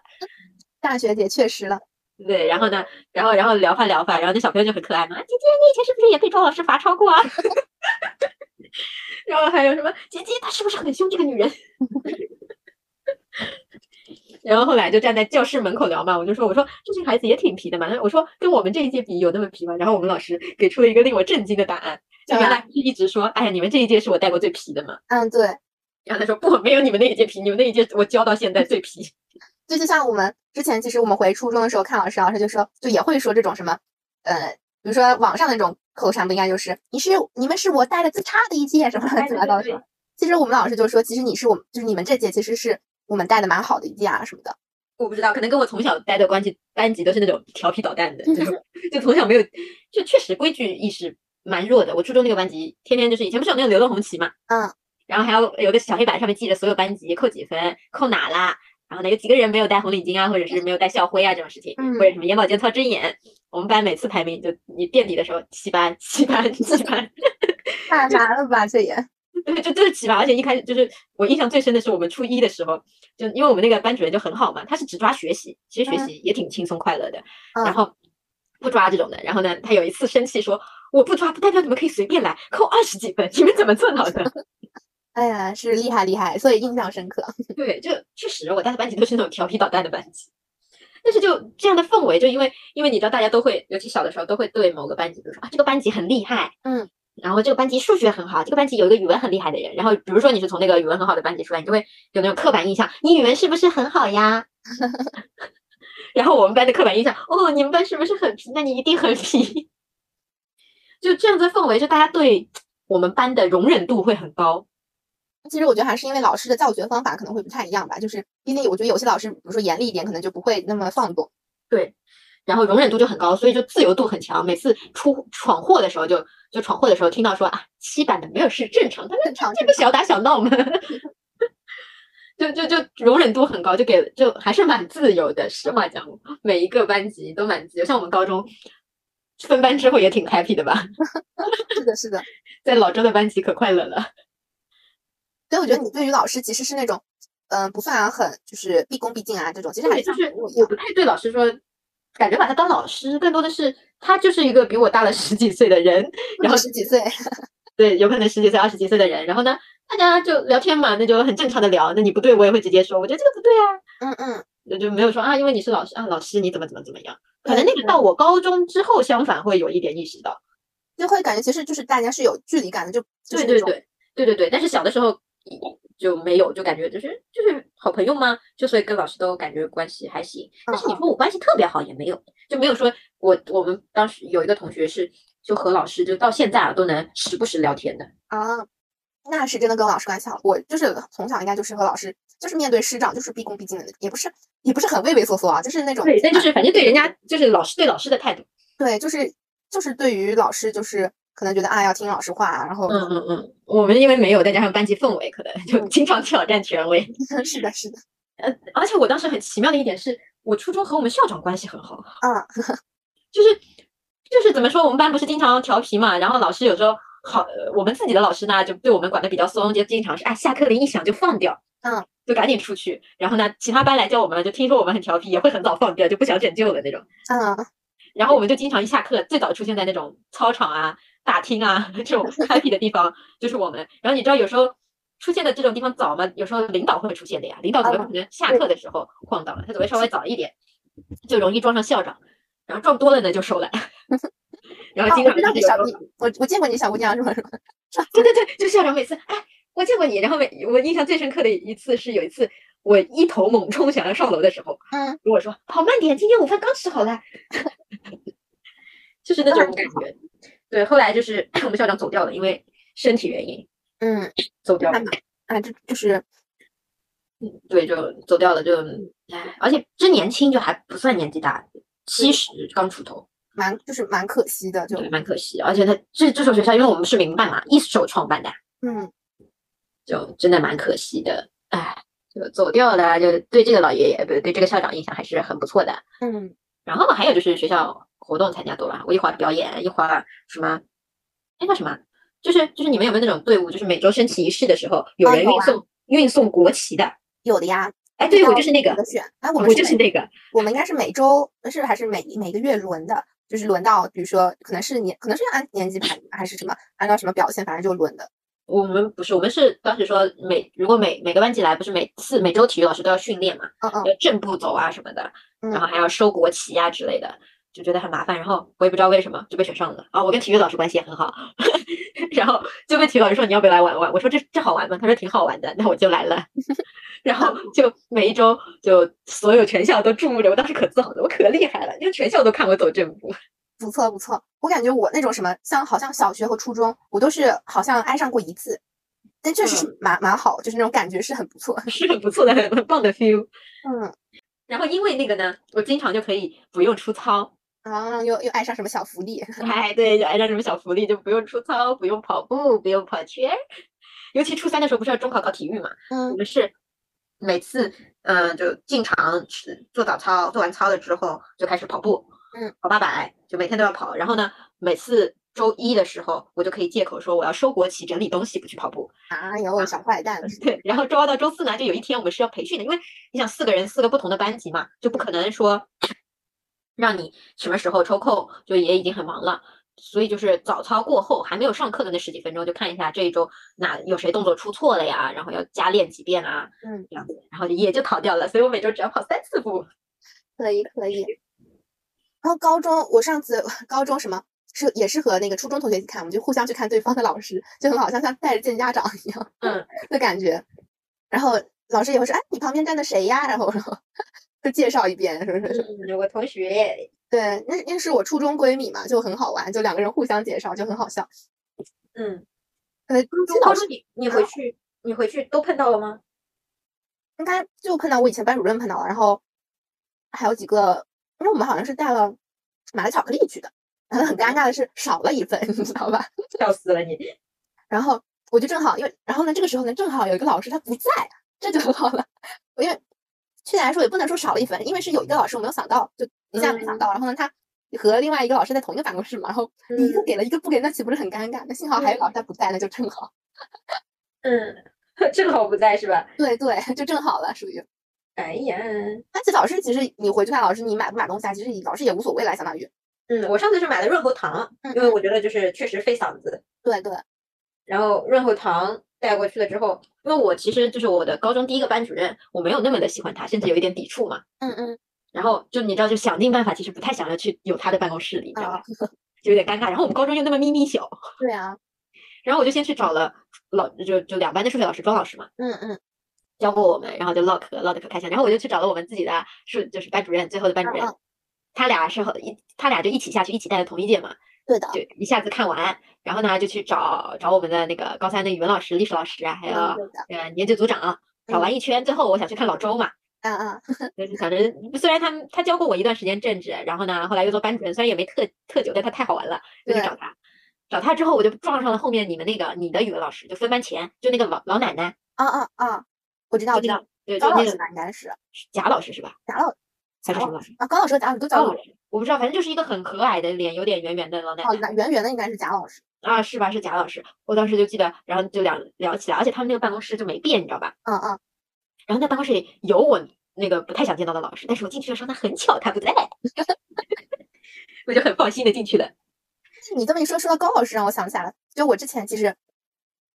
S2: 大学姐确实了，
S1: 对，然后呢，然后然后聊吧聊吧，然后那小朋友就很可爱嘛，啊姐姐你以前是不是也被周老师罚抄过啊？ (laughs) 然后还有什么姐姐她是不是很凶这个女人？ (laughs) 然后后来就站在教室门口聊嘛，我就说我说这群孩子也挺皮的嘛，我说跟我们这一届比有那么皮吗？然后我们老师给出了一个令我震惊的答案，就原来是一直说，哎呀，你们这一届是我带过最皮的嘛。
S2: 嗯，对，
S1: 然后他说不，没有你们那一届皮，你们那一届我教到现在最皮。
S2: 就就像我们之前，其实我们回初中的时候看老师，老师就说，就也会说这种什么，呃，比如说网上那种口头禅，不应该就是你是你们是我带的最差的一届什么乱七八糟的
S1: 哎对对对
S2: 什么。其实我们老师就说，其实你是我们，就是你们这届其实是我们带的蛮好的一届啊什么的。
S1: 我不知道，可能跟我从小待的关系班级都是那种调皮捣蛋的，就是就从小没有，就确实规矩意识蛮弱的。我初中那个班级，天天就是以前不是有那个流动红旗嘛，
S2: 嗯，
S1: 然后还要有个小黑板上面记着所有班级扣几分、扣哪啦，然后呢有几个人没有戴红领巾啊，或者是没有戴校徽啊这种事情，
S2: 嗯
S1: 或者什么眼保健操针眼。我们班每次排名就你垫底的时候七班、七班、七班，
S2: 太难了吧，这也。
S1: 对，就就是七班。而且一开始就是我印象最深的是我们初一的时候，就因为我们那个班主任就很好嘛，他是只抓学习，其实学
S2: 嗯
S1: 习也挺轻松快乐的。然
S2: 嗯，
S1: 后不抓这种的。然后呢，他有一次生气说：“我不抓不代表你们可以随便来，扣二十几分，你们怎么做到的
S2: 哎呀，是厉害厉害，所以印象深刻。？”
S1: 对，就确实我带的班级都是那种调皮捣蛋的班级。但是就这样的氛围，就因为因为你知道，大家都会，尤其小的时候都会对某个班级，比如说啊，这个班级很厉害，
S2: 嗯，
S1: 然后这个班级数学很好，这个班级有一个语文很厉害的人，然后比如说你是从那个语文很好的班级出来，你就会有那种刻板印象，你语文是不是很好呀？ (laughs) 然后我们班的刻板印象，哦，你们班是不是很皮？那你一定很皮。 (laughs) 就这样的氛围，就大家对我们班的容忍度会很高。
S2: 其实我觉得还是因为老师的教学方法可能会不太一样吧，就是毕竟我觉得有些老师，比如说严厉一点，可能就不会那么放纵。
S1: 对，然后容忍度就很高，所以就自由度很强。每次出闯祸的时候就，就闯祸的时候听到说啊，七班的没有事，正常，他们
S2: 正常
S1: 这不小打小闹吗？ (laughs) 就就就容忍度很高，就给就还是蛮自由的。实话讲，每一个班级都蛮自由。像我们高中分班之后也挺 happy 的吧，
S2: 是的，是的。
S1: 在老周的班级可快乐了。
S2: 所以我觉得你对于老师其实是那种，嗯、不算很就是毕恭毕敬啊这种，其实还
S1: 对，(laughs) 就
S2: 是像
S1: 是
S2: 朋友一
S1: 我
S2: 样
S1: 不太对老师说，感觉把他当老师，更多的是他就是一个比我大了十几岁的人，然后
S2: 十几岁，
S1: 对，有可能十几岁、二十几岁的人，然后呢，大家就聊天嘛，那就很正常的聊。那你不对，我也会直接说，我觉得这个不对啊，
S2: 嗯嗯，
S1: 那就没有说啊，因为你是老师啊，老师你怎么怎么怎么样。可
S2: 对
S1: 能那个
S2: 对
S1: 到我高中之后，相反会有一点意识到，
S2: 就会感觉其实就是大家是有距离感的，就
S1: 对
S2: 就是那
S1: 对
S2: 种
S1: 对对对对。但是小的时候就没有，就感觉就是就是好朋友嘛，就所以跟老师都感觉关系还行。但是你
S2: 嗯嗯
S1: 说我关系特别好也没有，就没有说我我们当时有一个同学是就和老师就到现在啊都能时不时聊天的。
S2: 啊，那是真的跟老师关系好。我就是从小应该就是和老师，就是面对师长就是毕恭毕敬的那种，也不是也不是很畏畏缩缩啊，就是那种
S1: 对，但就是反正对人家就是老师对老师的态度。
S2: 对，就是就是对于老师就是可能觉得啊要听老师话啊，然后
S1: 嗯嗯嗯，我们因为没有，再加上班级氛围，可能就经常挑战权威。
S2: (laughs) 是的是的，
S1: 嗯 (laughs) 呃，而且我当时很奇妙的一点是，我初中和我们校长关系很好，
S2: 啊
S1: (laughs) 就是就是怎么说，我们班不是经常调皮嘛，然后老师有时候好，呃我们自己的老师呢就对我们管的比较松，就经常是啊下课铃一响就放掉，
S2: 嗯，
S1: 就赶紧出去。然后呢，其他班来教我们，就听说我们很调皮，也会很早放掉，就不想拯救了那种。
S2: 嗯，
S1: 然后我们就经常一下课最早出现在那种操场啊、大厅啊 (laughs) 这
S2: (laughs)
S1: 种 happy 的地方，就是我们。然后你知道有时候出现的这种地方早嘛，有时候领导会出现的呀，领
S2: 啊
S1: 导总有可能下课的时候晃到了，他总会稍微早一点，就容易撞上校长，然后撞多了呢就收
S2: (laughs)
S1: 揽。然后
S2: 啊
S1: 经
S2: 我
S1: 常
S2: 知道
S1: 就
S2: 你
S1: 是有
S2: 小
S1: 时候
S2: 你我我见过你小姑娘是吧 (laughs) 是吧？
S1: 对对对，就校长每次哎，我见过你。然后每我印象最深刻的一次是有一次我一头猛冲想要上楼的时候，
S2: 嗯，
S1: 跟我说跑慢点，今天午饭刚吃好了， (laughs) 就是那
S2: 那
S1: 种
S2: 还
S1: 感
S2: 挺好
S1: 觉。对，后来就是 (coughs) 我们校长走掉了，因为身体原因
S2: 嗯
S1: 走掉
S2: 那
S1: 了。
S2: 啊这就是
S1: 对，就走掉了，就哎，而且真年轻，就还不算年纪大，七十刚出头，
S2: 蛮就是蛮可惜的，就
S1: 对，蛮可惜。而且他这这所学校，因为我们是民办嘛，一手创办的，
S2: 嗯
S1: 就真的蛮可惜的，哎，就走掉了，就对这个老爷爷，不对，对这个校长印象还是很不错的。
S2: 嗯
S1: 然后还有就是学校活动参加多了，我一会儿表演，一会儿什么，哎，那什么，就是就是你们有没有那种队伍，就是每周升旗仪式的时候，有
S2: 啊
S1: 人
S2: 有
S1: 运
S2: 啊
S1: 送、运送国旗的？
S2: 有的呀，
S1: 哎，对，我
S2: 要
S1: 就是那个
S2: 有，的选，哎我
S1: 我
S2: 们
S1: 就是
S2: 每
S1: 那个，
S2: 我们应该是每周是还是每每个月轮的，就是轮到，比如说可能是年可能是按年级排名还是什么，按照什么表现，反正就轮的。
S1: 我们不是，我们是当时说每如果每每个班级来，不是每次每周体育老师都要训练嘛，
S2: 嗯嗯
S1: 要正步走啊什么的，
S2: 嗯
S1: 然后还要收国旗啊之类的，就觉得很麻烦。然后我也不知道为什么就被选上了啊！我跟体育老师关系也很好， (laughs) 然后就被体育老师说你要不要来玩玩？我说这这好玩吗？他说挺好玩的，那我就来了。然后就每一周就所有全校都注目着我，当时可自豪了，我可厉害了，你看全校都看我走正步。 (laughs)
S2: 不错不错，我感觉我那种什么，像好像小学和初中，我都是好像挨上过一次，但确实是蛮、蛮好，就是那种感觉是很不错。 (laughs)
S1: 是很不错的，很很棒的 feel。
S2: 嗯，
S1: 然后因为那个呢，我经常就可以不用出操，
S2: 然后又又挨上什么小福利，
S1: (laughs) 哎，对，就挨上什么小福利，就不用出操，不用跑步，不用跑圈。尤其初三的时候，不是要中考考体育嘛？我
S2: 嗯
S1: 们是每次，嗯、就进场吃做早操，做完操了之后就开始跑步，
S2: 嗯，
S1: 跑八百，就每天都要跑。然后呢，每次周一的时候，我就可以借口说我要收国旗、整理东西，不去跑步。
S2: 啊，有小坏蛋，
S1: (laughs) 对，然后周二到周四呢，就有一天我们是要培训的，因为你想四个人四个不同的班级嘛，就不可能说 (clears throat) 让你什么时候抽空，就也已经很忙了。所以就是早操过后还没有上课的那十几分钟，就看一下这一周哪有谁动作出错了呀，然后要加练几遍啊，
S2: 嗯，
S1: 这样子，然后也就逃掉了。所以我每周只要跑三次步。
S2: 可以可以。然后高中，我上次高中什么是也是和那个初中同学一起看，我们就互相去看对方的老师，就很好像像带着见家长一样，
S1: 嗯，
S2: (laughs) 的感觉。然后老师也会说，哎，你旁边站的谁呀？然后然后 (laughs) 就介绍一遍，什么什么什么。
S1: 嗯，我同学，
S2: 对，那那是我初中闺蜜嘛，就很好玩，就两个人互相介绍，就很好笑。
S1: (laughs) 嗯，
S2: 呃，初中
S1: 高
S2: 老师
S1: 中你你回去你回去都碰到了吗？
S2: 应该就碰到我以前班主任碰到了，然后还有几个，因为我们好像是带了买了巧克力去的，然后很尴尬的是少了一份，你知道吧？
S1: 笑死了你！
S2: 然后我就正好，因为然后呢，这个时候呢，正好有一个老师他不在，这就很好了。 (laughs) 我因为确切来说也不能说少了一分，因为是有一个老师我没有想到，就一下没想到，然后呢，他和另外一个老师在同一个办公室嘛，然后你一个给了一个不给，那岂不是很尴尬？那幸好还有老师他不在，那就正好。
S1: 嗯， (laughs) 正好不在是吧？
S2: 对 (laughs) 对，就正好了，属于。
S1: 哎呀，
S2: 而且老师其实你回去看老师，你买不买东西啊，其实老师也无所谓了，相当于。
S1: 嗯，我上次是买了润喉糖，
S2: 嗯
S1: 因为我觉得就是确实费嗓子。
S2: 对对，
S1: 然后润喉糖带过去了之后，因为我其实就是我的高中第一个班主任，我没有那么的喜欢他，甚至有一点抵触嘛。
S2: 嗯嗯
S1: 然后就你知道，就想尽办法，其实不太想要去有他的办公室里，你知道吧
S2: 啊，， (laughs)
S1: 就有点尴尬。然后我们高中又那么咪咪小，
S2: 对啊，
S1: 然后我就先去找了老就就两班的数学老师庄老师嘛，
S2: 嗯嗯
S1: 教过我们，然后就唠嗑唠得可开心。然后我就去找了我们自己的是就是班主任，最后的班主任
S2: 嗯，
S1: 他俩是和一他俩就一起下去，一起带的同一届嘛。
S2: 对的，
S1: 就一下子看完，然后呢就去找找我们的那个高三的语文老师、历史老师啊，还有
S2: 嗯对的，
S1: 呃年级组长，找完一圈，最后我想去看老周嘛，
S2: 嗯嗯
S1: 就是想着虽然他们他教过我一段时间政治，然后呢后来又做班主任，虽然也没特特久，但他太好玩了，就去
S2: 对
S1: 找他。找他之后，我就撞上了后面你们那个你的语文老师，就分班前就那个老老奶奶，
S2: 啊啊啊，我知
S1: 就
S2: 道我
S1: 知
S2: 知
S1: 道
S2: 道，，
S1: 对，就
S2: 高
S1: 那
S2: 老师
S1: 个
S2: 吧，应该是
S1: 贾老师是吧？
S2: 贾老
S1: 还是
S2: 贾
S1: 什么
S2: 老
S1: 老师？
S2: 啊，高老师和贾老师都
S1: 高
S2: 叫
S1: 老师，我不知道，反正就是一个很和蔼的脸，有点圆圆的老奶
S2: 哦
S1: 奶。，
S2: 那圆圆的应该是贾老师，
S1: 啊，是吧？是贾老师，我当时就记得，然后就聊聊起来，而且他们那个办公室就没变，你知道吧？
S2: 嗯嗯，
S1: 然后那办公室里有我那个不太想见到的老师，但是我进去的时候，他很巧，他不在， (laughs) 我就很放心的进去了。
S2: 你这么一说，说到高老师，让我想起来了，就我之前其实，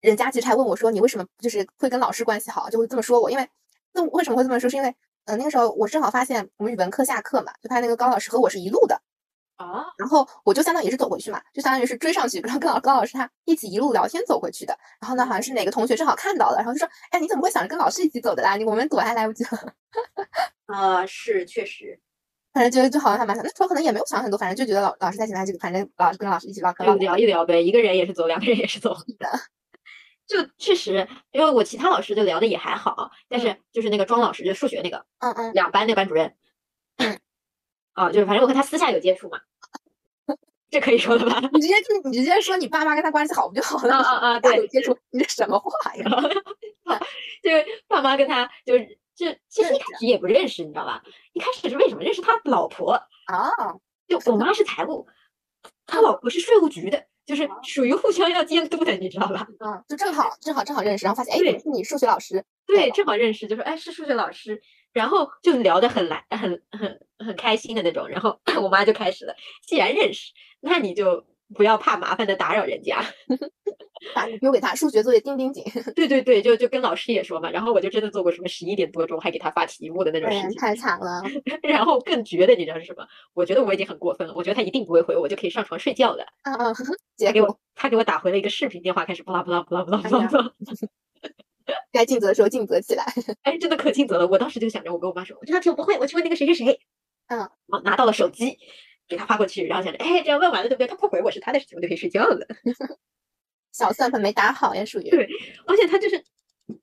S2: 人家其实还问我说，你为什么就是会跟老师关系好，啊就会这么说我，因为那为什么会这么说，是因为呃那个时候我正好发现我们语文课下课嘛，就发现那个高老师和我是一路的，
S1: 啊，
S2: 然后我就相当于是走回去嘛，就相当于是追上去，然后跟老高老师他一起一路聊天走回去的。然后呢，好像是哪个同学正好看到了，然后就说：“哎，你怎么会想着跟老师一起走的啦？你我们躲还来不及了。
S1: 啊，是确实，”
S2: 反正觉得就好像还蛮想，那时候可能也没有想很多，反正就觉得老老师在前台这个，反正老师跟老师一起唠嗑
S1: 就
S2: 唠嗑。
S1: 聊一聊呗，一个人也是走，两个人也是走。 (laughs) 就确实，因为我其他老师就聊的也还好，但是就是那个庄老师，就数学那个
S2: 嗯嗯，
S1: 两班那班主任
S2: 嗯，
S1: 啊，就是反正我和他私下有接触 (laughs) 嘛，这可以说的 (laughs) 吧？
S2: 你直接跟你直接说你爸妈跟他关系好不就好
S1: 啊
S2: 了？
S1: 啊啊，
S2: 大
S1: 对 (laughs)
S2: 有，接触，你这什么话呀？
S1: 就是爸妈跟他就是就其实一
S2: 认
S1: 开始也不认识，你知道吧？一开始是为什么认识他老婆？
S2: 啊，
S1: 就我妈是财务，他老婆是税务局的，就是属于互相要监督的，你知道吧？
S2: 啊嗯，就正好正好正好认识，然后发现哎，
S1: 对
S2: 你是你数学老师，
S1: 对，正好认识，就说哎是数学老师，然后就聊得很来 (coughs) 很很很开心的那种。然后我妈就开始了，既然认识，那你就不要怕麻烦的打扰人家。 (laughs)
S2: 把你丢给他，数学作业叮叮紧。
S1: 对对对，就就跟老师也说嘛，然后我就真的做过什么十一点多钟还给他发题目的那种
S2: 哎
S1: 事
S2: 呀，
S1: 情，
S2: 太惨
S1: (laughs)
S2: 了。
S1: 然后更绝的你知道是什么？我觉得我已经很过分了，我觉得他一定不会回我，我就可以上床睡觉了。
S2: 嗯嗯， (laughs)
S1: 他
S2: 结
S1: 给
S2: 果
S1: 我他给我打回了一个视频电话，开始巴拉巴拉巴拉巴拉巴拉巴拉， (laughs)
S2: 该尽责的时候尽责起来。
S1: 哎，真的可尽责了。我当时就想着，我跟我妈说，我这道题我不会，我去问那个谁谁谁。
S2: 嗯
S1: 啊，拿到了手机，给他发过去，然后想着，哎，这样问完了对不对？他不回我是他的事情，我就可以睡觉了。 (laughs)
S2: 小算盘没打好呀，属于。
S1: 对而且他就是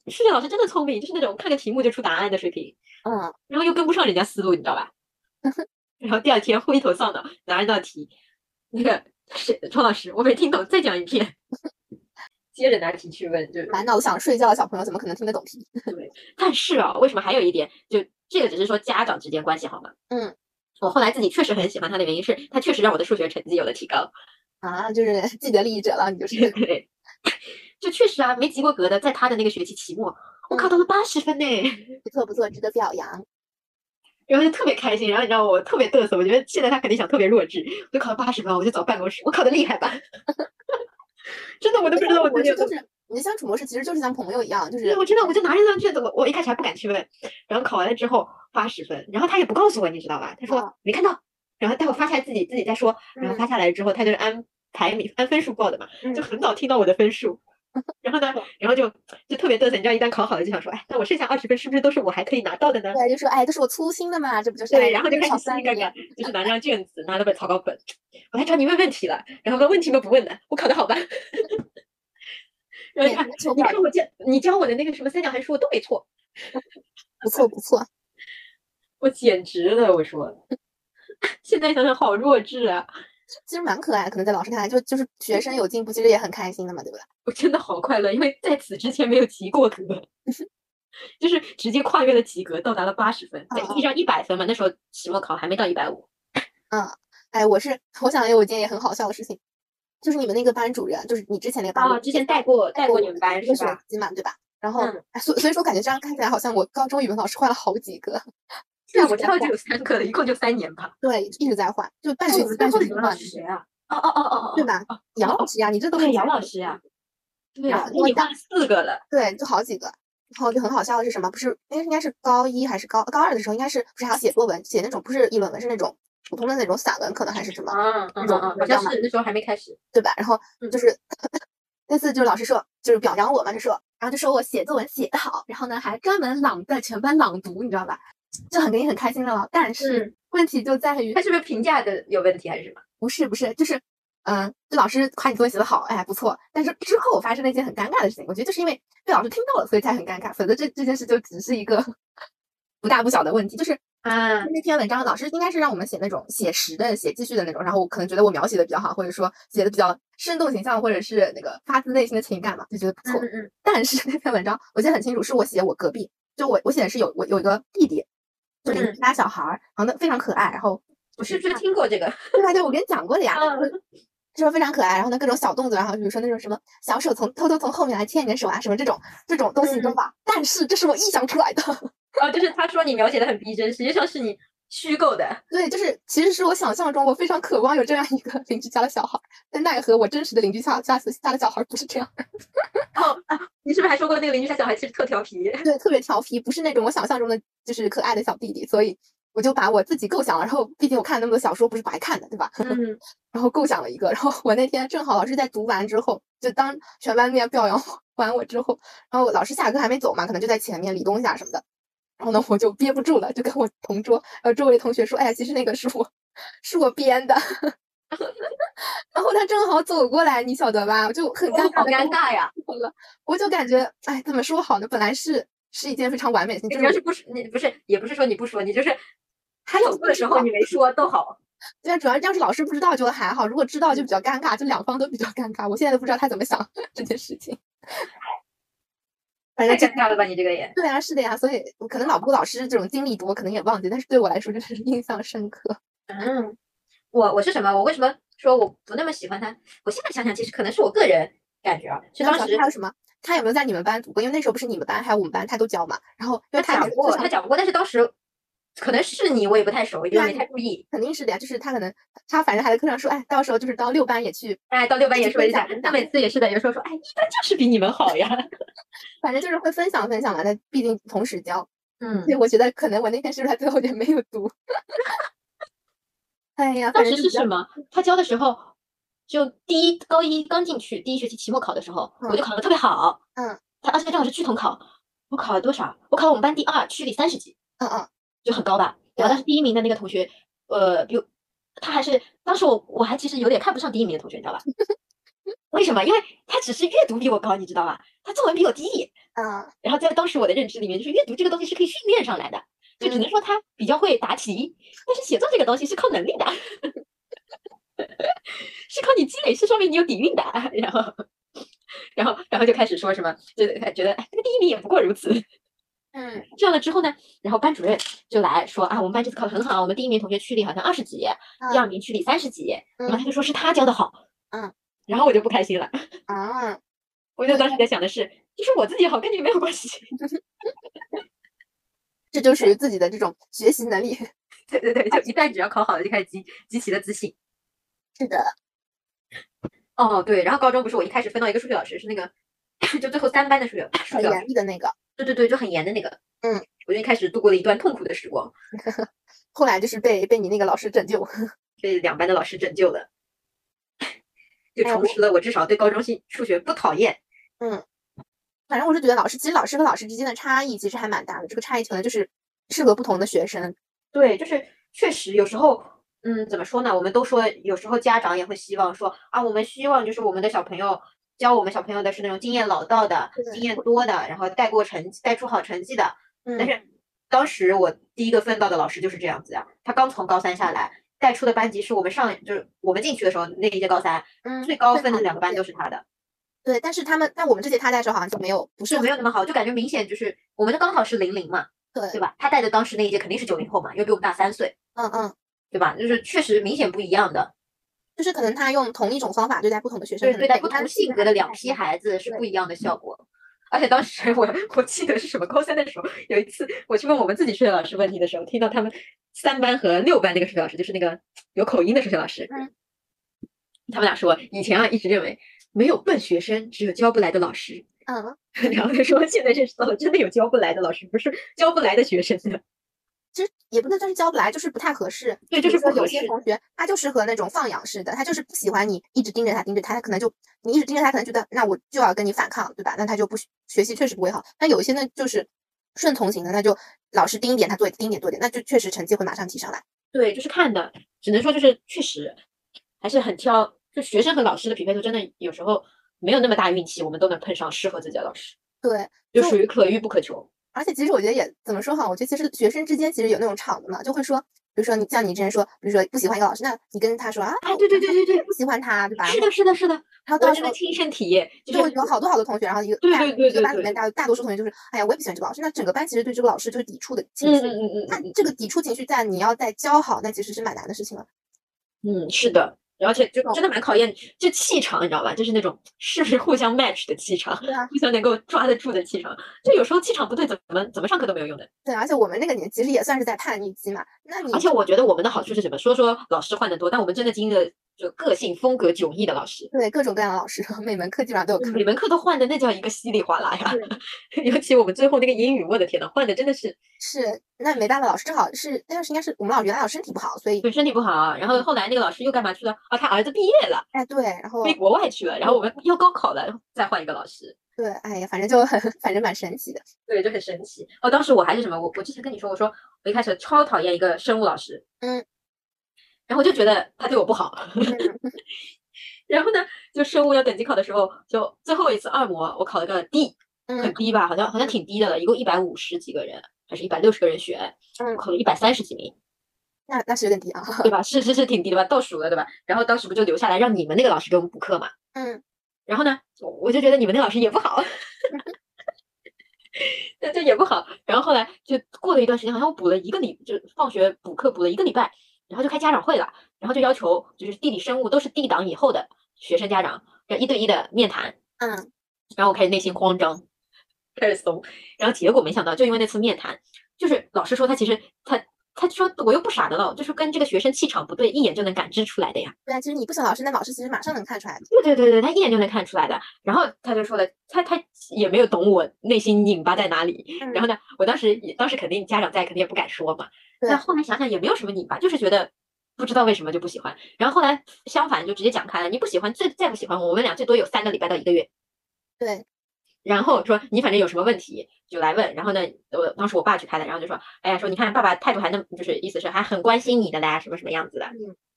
S1: 数学老师真的聪明，就是那种看个题目就出答案的水平，
S2: 嗯，
S1: 然后又跟不上人家思路，你知道吧？ (laughs) 然后第二天灰头丧脑拿一道题，那个谁庄老师我没听懂，再讲一遍， (laughs) 接着拿题去问，就是
S2: 满脑子想睡觉的小朋友怎么可能听得懂题？
S1: 但是啊，为什么还有一点，就这个只是说家长之间关系好吗？
S2: 嗯，
S1: 我后来自己确实很喜欢他的原因是，他确实让我的数学成绩有了提高。 (laughs)
S2: 啊，就是既得利益者了，你就是。
S1: 对， (laughs) 就确实啊，没及过格的，在他的那个学期期末，我
S2: 嗯
S1: 考到了八十分呢，
S2: 不错不错，值得表扬。
S1: 然后就特别开心。然后你知道我特别嘚瑟，我觉得现在他肯定想特别弱智，我就考了八十分，我就找办公室，我考的厉害吧？ (laughs) 真的，我都不知道我自
S2: (laughs) 我
S1: 己有
S2: 觉
S1: 多
S2: 得就是你的相处模式，其实就是像朋友一样，就
S1: 对，
S2: 是
S1: 我真的我就拿着那张卷子，我我一开始还不敢去问，然后考完了之后八十分，然后他也不告诉我，你知道吧？他说、
S2: 啊
S1: 没看到，然后待会发下来自己自己再说，然后
S2: 嗯
S1: 发下来之后他就是按排名按分数报的嘛，就很早听到我的分数。
S2: 嗯
S1: 然后呢，然后就就特别嘚瑟，你知道，一旦考好了就想说，哎，那我剩下二十分是不是都是我还可以拿到的呢？
S2: 对，就说哎，这是我粗心的嘛，这不就是？哎
S1: 对，然后就
S2: 这
S1: 开
S2: 是
S1: 始
S2: 小
S1: 心
S2: 三
S1: 里嘎
S2: 一样
S1: 嘎，就是拿张卷子，拿了本草稿本，我来找你问问题了，然后问问题都不问了，我考的好吧？ (laughs) 然后
S2: 对
S1: 你看，
S2: 求
S1: 你
S2: 表
S1: 看我教你教我的那个什么三角函数我都没错，
S2: 不错不错。
S1: 我简直了，我说， (laughs) 现在想想好弱智啊！
S2: 其实蛮可爱，可能在老师看来，就就是学生有进步，其实也很开心的嘛，对不对？
S1: 我真的好快乐，因为在此之前没有及过
S2: (laughs)
S1: 格，就是直接跨越了及格，到达了八十分，在
S2: 哦
S1: 一上一百分嘛，那时候期末考还没到一百五。
S2: 哎，我是我想，哎，我今天也很好笑的事情，就是你们那个班主任，就是你之前那个班主
S1: 啊，
S2: 任
S1: 之前带过带过你
S2: 我
S1: 们班
S2: 哦一个
S1: 是
S2: 学
S1: 吧？
S2: 期嘛，对吧？然后
S1: 嗯，
S2: 哎所、所以说，感觉这样看起来好像我高中语文老师换了好几个，
S1: 对
S2: 一
S1: 啊，
S2: 直
S1: 我知
S2: 在
S1: 道
S2: 换
S1: 就有三个了，一共就三年吧。
S2: 对，一直在换，就半学
S1: 我
S2: 期
S1: 们
S2: 半
S1: 最后的
S2: 学期
S1: 语文老
S2: 换
S1: 师，谁啊？哦哦哦哦哦，
S2: 对吧？
S1: 哦？
S2: 杨
S1: 哦
S2: 老师呀，你这都
S1: 对
S2: 是
S1: 杨老师啊呀， (laughs) 对
S2: 然
S1: 啊，
S2: 后
S1: 那你
S2: 大
S1: 换了四个了。
S2: 对，就好几个。然后就很好笑的是什么？不是，应该应该是高一还是高高二的时候，应该是不是还要写作文，写那种不是议论文，是那种普通的那种散文，可能还是什么，
S1: 嗯嗯
S2: 那
S1: 嗯
S2: 种
S1: 嗯，好像
S2: 文章嘛
S1: 是那时候还没开始。
S2: 对吧？然后
S1: 嗯
S2: 就是那次就是老师说，就是表扬我嘛，就说，然后就说我写作文写得好，然后呢还专门朗在全班朗读，你知道吧？就很肯定很开心的了。但是
S1: 嗯
S2: 问题就在于
S1: 他，是不是评价的有问题还是什么？
S2: 不是不是，就是嗯，这老师夸你作文写得好，哎不错。但是之后发生了一件很尴尬的事情，我觉得就是因为被老师听到了，所以才很尴尬，否则这这件事就只是一个 (laughs) 不大不小的问题，就是
S1: 啊，
S2: 那篇文章老师应该是让我们写那种写实的、写记叙的那种，然后我可能觉得我描写的比较好，或者说写的比较生动形象，或者是那个发自内心的情感嘛，就觉得不错。
S1: 嗯
S2: (laughs) 但是那篇文章我记得很清楚，是我写我隔壁，就我我写的是有我有一个弟弟，就邻居家小孩儿，然后呢非常可爱，然后
S1: 我是不是听过这个？
S2: 对啊，对，我跟你讲过的呀
S1: 嗯，
S2: 就是非常可爱，然后呢各种小动作，然后比如说那种什么小手从偷偷从后面来牵你的手啊，什么这种这种东西你知道吧？但是这是我臆想出来的。 (laughs)
S1: 哦，就是他说你描写的很逼真，实际上是你虚构的。
S2: 对，就是其实是我想象中，我非常渴望有这样一个邻居家的小孩儿，但奈何我真实的邻居家家家的小孩儿不是这样， (laughs)
S1: 哦啊，你是不是还说过那个邻居家小孩其实特调皮？ (laughs)
S2: 对，特别调皮，不是那种我想象中的就是可爱的小弟弟，所以我就把我自己构想了，然后毕竟我看了那么多小说，不是白看的，对吧？
S1: 嗯，
S2: 然后构想了一个，然后我那天正好老师在读完之后，就当全班面表扬完 (laughs) 我之后，然后老师下课还没走嘛，可能就在前面理东西啊什么的，然后呢我就憋不住了，就跟我同桌呃周围的同学说，哎呀，其实那个是我是我编的，然后他正好走过来，你晓得吧？我就很尴
S1: 哦
S2: 尬
S1: 好
S2: 的，
S1: 尴尬呀！
S2: 了，我就感觉哎怎么说好呢？本来是是一件非常完美的事情，
S1: 你
S2: 就
S1: 要
S2: 是
S1: 是不说，你不是也不是说你不说，你就是
S2: 还
S1: 他
S2: 有
S1: 走过的时候你没说都好。
S2: 对啊，主要要是老师不知道就还好，如果知道就比较尴尬，就两方都比较尴尬。我现在都不知道他怎么想 (laughs) 这件事情。反
S1: 太
S2: 正这
S1: 尴尬了吧，你这个也。
S2: 对啊，是的呀，所以我可能老顾老师这种经历多，可能也忘记，但是对我来说真的是印象深刻。
S1: 嗯，我我是什么？我为什么说我不那么喜欢他？我现在想想，其实可能是我个人感觉啊，是
S2: 那
S1: 当
S2: 小
S1: 时
S2: 还有什么？他有没有在你们班读过？因为那时候不是你们班还有我们班他都教嘛。然后
S1: 他
S2: 因为他
S1: 讲
S2: 也
S1: 过，
S2: 就
S1: 他
S2: 像
S1: 讲过，但是当时可能是你，我也不太熟，因为
S2: 那
S1: 没
S2: 你
S1: 太注意。
S2: 肯定是的呀，就是他可能他反正还在课上说，哎，到时候就是到六班也去，
S1: 哎，到六班也说一下
S2: 就分，享
S1: 他每次也是的，有时候说，哎，一班就是比你们好呀。 (laughs)
S2: 反正就是会分享分享嘛。那毕竟同时教，
S1: 嗯
S2: 所以，我觉得可能我那天是不是最后也没有读。 (laughs) 哎呀，
S1: 当
S2: 反正
S1: 时
S2: 就是比较
S1: 什么？他教的时候，就第一高一刚进去，第一学期期末考的时候，我就考得特别好。
S2: 嗯，
S1: 他而且正好是区统考，我考了多少？我考我们班第二，区里三十几，
S2: 嗯嗯
S1: 就很高吧。然后当时第一名的那个同学，呃，比我他还是当时我我还其实有点看不上第一名的同学，你知道吧？ (laughs) 为什么？因为他只是阅读比我高，你知道吧？他作文比我低。
S2: 嗯
S1: 然后在当时我的认知里面，就是阅读这个东西是可以训练上来的，就只能说他比较会答题，但是写作这个东西是靠能力的， (laughs) 是靠你积累，是说明你有底蕴的。 (laughs) 然后，然后，然后就开始说什么，就觉得哎，这个第一名也不过如此。
S2: 嗯
S1: 这样了之后呢，然后班主任就来说啊，我们班这次考得很好，我们第一名同学区里好像二十几，第二名区里三十几，然后他就说是他教的好，
S2: 嗯，
S1: 然后我就不开心了，
S2: 啊，
S1: 我就当时在想的是，就是我自己好，跟你没有关系。
S2: 这就属于自己的这种学习能力。
S1: (laughs) 对对对，就一旦只要考好了，就开始极极其的自信。
S2: 是的，
S1: 哦，对，然后高中不是我一开始分到一个数学老师，是那个就最后三班的数学数
S2: 很
S1: 学老师，
S2: 严厉的那个。
S1: 对对对，就很严的那个。
S2: 嗯，
S1: 我就一开始度过了一段痛苦的时光，
S2: 后来就是被被你那个老师拯救。 (laughs)
S1: 被两班的老师拯救了， (laughs) 就
S2: 哎
S1: 重
S2: 我
S1: 拾了我至少对高中系数学不讨厌。
S2: 反正我是觉得老师，其实老师和老师之间的差异其实还蛮大的。这个差异可能就是适合不同的学生。
S1: 对，就是确实有时候，嗯，怎么说呢？我们都说，有时候家长也会希望说啊，我们希望就是我们的小朋友教我们小朋友的是那种经验老道的、
S2: 对
S1: 经验多的，然后带过成绩、带出好成绩的。
S2: 嗯
S1: 但是当时我第一个分到的老师就是这样子的，啊他刚从高三下来，带出的班级是我们上就是我们进去的时候那一届高三
S2: 嗯
S1: 最高分的
S2: 好
S1: 两个班
S2: 对
S1: 都是他的，
S2: 对，但是他们，但我们这届他带的时候好像就没有，不是
S1: 就没有那么好，就感觉明显就是我们的刚好是零零嘛，
S2: 对
S1: 对吧？他带的当时那一届肯定是九零后嘛，因为比我们大三岁，
S2: 嗯嗯，
S1: 对吧？就是确实明显不一样的，
S2: 就是可能他用同一种方法对待不同的学生，
S1: 对
S2: 可
S1: 对
S2: 能
S1: 待
S2: 每
S1: 不
S2: 个班
S1: 同
S2: 级
S1: 性
S2: 的
S1: 格的两
S2: 孩
S1: 批
S2: 子
S1: 孩子是
S2: 对
S1: 不一样的效果。而且当时我 (laughs) 我记得是什么高三的时候，有一次我去问我们自己数学老师问题的时候，听到他们三班和六班那个数学老师，就是那个有口音的数学老师，
S2: 嗯
S1: 他们俩说以前啊一直认为没有笨学生，只有教不来的老师。 (laughs)
S2: 嗯，
S1: 然后他说现在认识到了，真的有教不来的老师，不是教不来的学生的。
S2: 其实也不能算是教不来，就是不太合适。
S1: 对
S2: 比
S1: 就是
S2: 如说
S1: 不合
S2: 有些
S1: 适
S2: 同学他就适合那种放养式的，他就是不喜欢你一直盯着他盯着他，他可能就你一直盯着他，可能觉得那我就要跟你反抗，对吧？那他就不学学习确实不会好。那有一些呢就是顺从型的，那就老师盯一点他做一点盯一点做一点，那就确实成绩会马上提上来。
S1: 对，就是看的，只能说就是确实还是很挑，就学生和老师的匹配度真的有时候没有那么大运气，我们都能碰上适合自己的老师，
S2: 对，
S1: 就
S2: 就
S1: 属于可遇不可求。
S2: 而且其实我觉得也怎么说哈，我觉得其实学生之间其实有那种场的嘛，就会说，比如说你像你之前说，比如说不喜欢一个老师，那你跟他说啊，
S1: 啊对对对对对
S2: 不喜欢他，对吧？
S1: 是的，是的，是的，
S2: 然后
S1: 我
S2: 到
S1: 真
S2: 时
S1: 的
S2: 候
S1: 亲身体验，就
S2: 就会
S1: 是
S2: 有好多好多同学，然后一个
S1: 对
S2: 班
S1: 对对
S2: 一个
S1: 对
S2: 班里
S1: 对
S2: 面大大多数同学就是，哎呀，我也不喜欢这个老师。那整个班其实对这个老师就是抵触的情
S1: 嗯
S2: 绪。
S1: 嗯嗯
S2: 那
S1: 嗯
S2: 这个抵触情绪在你要再教好，那其实是蛮难的事情了。
S1: 嗯嗯，是的。而且就真的蛮考验就气场，你知道吧？就是那种是不是互相 match 的气场，
S2: 对啊，
S1: 互相能够抓得住的气场。就有时候气场不对，怎么怎么上课都没有用的。
S2: 对，而且我们那个年其实也算是在叛逆期嘛。那你
S1: 而且我觉得我们的好处是什么？说说老师换的多，但我们真的经历了就个性风格迥异的老师，
S2: 对各种各样的老师，每门课基本上都有课。
S1: 每门课都换的那叫一个稀里哗啦呀。 (laughs) 尤其我们最后那个英语，我的天呐，换的真的是
S2: 是，那没办法，老师正好是那段时间是我们老师原来老师身体不好，所以
S1: 对身体不好，啊然后后来那个老师又干嘛去了？啊，他儿子毕业了，
S2: 哎对，然后
S1: 飞国外去了，然后我们要高考了，再换一个老师。
S2: 对，哎呀，反正就很反正蛮
S1: (laughs)
S2: 神奇的。
S1: 对，就很神奇。哦，当时我还是什么，我我之前跟你说，我说我一开始超讨厌一个生物老师，
S2: 嗯，
S1: 然后我就觉得他对我不好， (laughs)
S2: 嗯
S1: 然后呢，就生物要等级考的时候，就最后一次二模，我考了个 D，很
S2: 嗯
S1: 低吧，好像好像挺低的了，一共一百五十几个人，还是一百六十个人选，
S2: 嗯
S1: 考了一百三十几名，
S2: 那那是有点低啊。
S1: 对吧？是是是挺低的吧，倒数了，对吧？然后当时不就留下来让你们那个老师给我们补课嘛？
S2: 嗯，
S1: 然后呢，我我就觉得你们那老师也不好，对，就也不好。然后后来就过了一段时间，好像我补了一个礼，就放学补课补了一个礼拜，然后就开家长会了，然后就要求就是地理生物都是 D 档以后的学生家长要一对一的面谈，
S2: 嗯
S1: 然后我开始内心慌张，开始怂，然后结果没想到，就因为那次面谈，就是老师说他其实他他说我又不傻的了，就是跟这个学生气场不对，一眼就能感知出来的呀。
S2: 对啊，其实你不请老师，那老师其实马上能看出来的。
S1: 对对对对，他一眼就能看出来的。然后他就说了，他他也没有懂我内心拧巴在哪里。
S2: 嗯
S1: 然后呢，我当时也当时肯定家长在，肯定也不敢说嘛。
S2: 对
S1: 但后来想想也没有什么拧巴，就是觉得不知道为什么就不喜欢。然后后来相反就直接讲开了，你不喜欢再再不喜欢我，我们俩最多有三个礼拜到一个月。
S2: 对，
S1: 然后说你反正有什么问题就来问。然后呢，我当时我爸去开的，然后就说，哎呀，说你看爸爸态度还那么，就是意思是还很关心你的啦，什么什么样子的，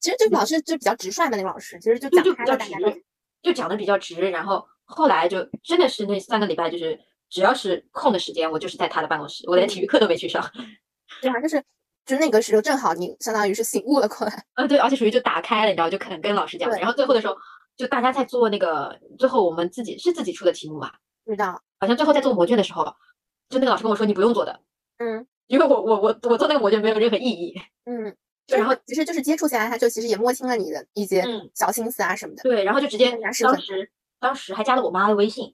S2: 其实这个老师就比较直率嘛，那个老师其实就
S1: 就嗯
S2: 讲
S1: 就比
S2: 开
S1: 较
S2: 了，
S1: 直
S2: 大家都，
S1: 就讲的比较直。然后后来就真的是那三个礼拜，就是只要是空的时间，我就是在他的办公室，我连体育课都没去上。
S2: 对啊，就是就那个时候正好你相当于是醒悟了过来，
S1: 啊，对，而且属于就打开了，你知道，就肯跟老师讲。
S2: 对
S1: 然后最后的时候，就大家在做那个，最后我们自己是自己出的题目吧，
S2: 知道？
S1: 好像最后在做模卷的时候，就那个老师跟我说你不用做的，
S2: 嗯
S1: 因为我我我我做那个模卷没有任何意义。
S2: 嗯，
S1: 对然后
S2: 其实就是接触下来，他就其实也摸清了你的一些
S1: 嗯
S2: 小心思啊什么的。
S1: 对，然后就直接
S2: 人家是
S1: 当
S2: 很
S1: 时当时还加了我妈的微信，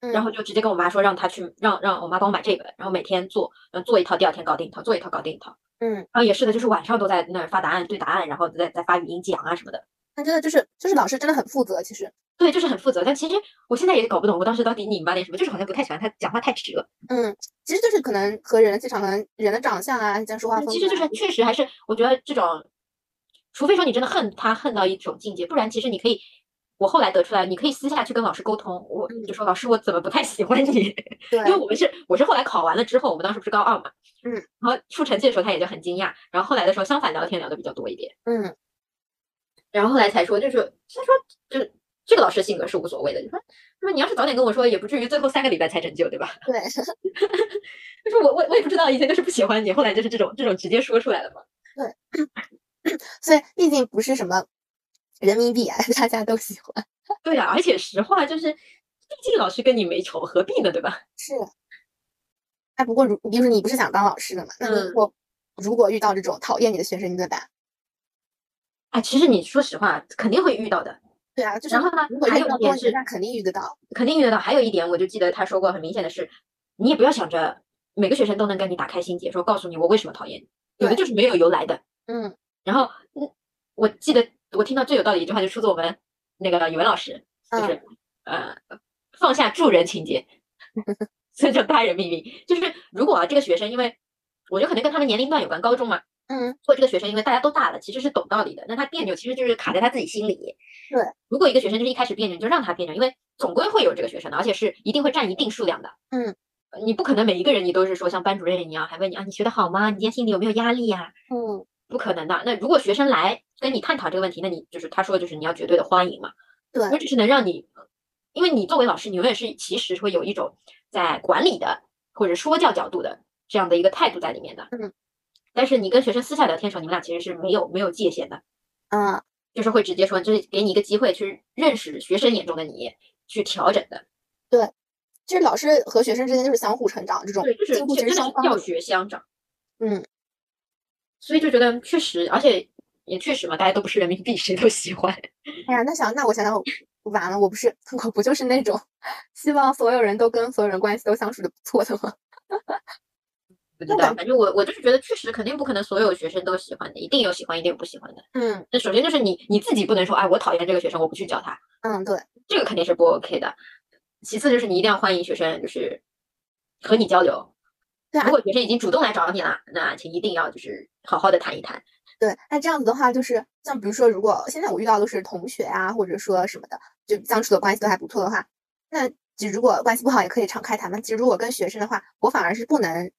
S1: 然
S2: 嗯
S1: 后就直接跟我妈说让她去让让我妈帮我买这个，然后每天做，然后做一套，第二天搞定一套，做一套搞定一套。
S2: 嗯，
S1: 然后也是的，就是晚上都在那儿发答案、对答案，然后再再发语音讲啊什么的。
S2: 他真的就是就是老师真的很负责，其实
S1: 对，就是很负责。但其实我现在也搞不懂，我当时到底拧巴点什么，就是好像不太喜欢他讲话太直了。
S2: 嗯，其实就是可能和人的气场，可能人的长相啊，讲说话风格啊，
S1: 其实就是确实还是我觉得这种，除非说你真的恨他恨到一种境界，不然其实你可以，我后来得出来，你可以私下去跟老师沟通，我
S2: 嗯
S1: 就说老师我怎么不太喜欢你。
S2: 对
S1: 因为我们是我是后来考完了之后，我们当时不是高二嘛，
S2: 嗯，
S1: 然后出成绩的时候他也就很惊讶，然后后来的时候相反聊天聊的比较多一点，
S2: 嗯
S1: 然后后来才说就是他说就是这个老师性格是无所谓的，你说他说你要是早点跟我说，也不至于最后三个礼拜才拯救，对吧？
S2: 对。 (laughs)
S1: 他说我我我也不知道，以前就是不喜欢你，后来就是这种这种直接说出来的嘛。
S2: 所以毕竟不是什么人民币啊， (laughs) 大家都喜欢。
S1: 对呀、而且实话就是，毕竟老师跟你没仇，何必呢，对吧？
S2: 是。哎，不过如就是你不是想当老师的嘛？那你
S1: 嗯
S2: 如果、如果遇到这种讨厌你的学生，你怎么办？
S1: 哎，其实你说实话，肯定会遇到的。
S2: 对啊，就是
S1: 然后呢
S2: 如果
S1: 还
S2: 遇
S1: 有一
S2: 到
S1: 点
S2: 多
S1: 是
S2: 那肯定遇得到。
S1: 肯定遇得到。还有一点，我就记得他说过很明显的是，你也不要想着每个学生都能跟你打开心结，说告诉你我为什么讨厌你，有的
S2: 对
S1: 就是没有由来的。
S2: 嗯
S1: 然后，嗯，我记得我听到最有道理一句话，就出自我们那个语文老师，就
S2: 嗯
S1: 是、呃，放下助人情
S2: (laughs)
S1: 节，尊重他人命运。就是如果、啊、这个学生，因为我觉得可能跟他们年龄段有关，高中嘛，
S2: 嗯，
S1: 或者这个学生，因为大家都大了，其实是懂道理的。那他别扭，其实就是卡在他自己心里。
S2: 对，
S1: 如果一个学生就是一开始别扭，你就让他别扭，因为总归会有这个学生的，而且是一定会占一定数量的。
S2: 嗯
S1: 呃，你不可能每一个人你都是说像班主任一样，还问你啊，你学得好吗？你今天心里有没有压力呀、
S2: 嗯，
S1: 不可能的。那如果学生来跟你探讨这个问题，那你就是他说的就是你要绝对的欢迎嘛。
S2: 对
S1: 我只是能让你，因为你作为老师，你永远是其实会有一种在管理的或者说教角度的这样的一个态度在里面的。
S2: 嗯。
S1: 但是你跟学生私下聊天的时候，你们俩其实是没有没有界限的，
S2: 啊，
S1: 就是会直接说，这是给你一个机会去认识学生眼中的你，去调整的。
S2: 就是老师和学生之间就是相互成长，这种
S1: 对，就是
S2: 进步其
S1: 真
S2: 实
S1: 的是
S2: 双方
S1: 教
S2: 的。
S1: 学相长。
S2: 嗯，
S1: 所以就觉得确实，而且也确实嘛，大家都不是人民币，谁都喜欢。
S2: 哎呀，那想那我想想，我完了，我不是 (laughs) 我不就是那种 (laughs) 希望所有人都跟所有人关系都相处的不错的吗？
S1: 不知
S2: 那
S1: 道，
S2: 感
S1: 反正我我就是觉得，确实肯定不可能所有学生都喜欢的，一定有喜欢，一定有不喜欢的。
S2: 嗯
S1: 那首先就是你你自己不能说，哎，我讨厌这个学生，我不去教他，
S2: 嗯，对，
S1: 这个肯定是不 OK 的。其次就是你一定要欢迎学生，就是和你交流。
S2: 对
S1: 如
S2: 啊，
S1: 果学生已经主动来找你了，那请一定要就是好好的谈一谈。
S2: 对，那这样子的话，就是像比如说，如果现在我遇到的是同学啊，或者说什么的，就相处的关系都还不错的话，那就如果关系不好，也可以敞开谈嘛。其实如果跟学生的话，我反而是不能，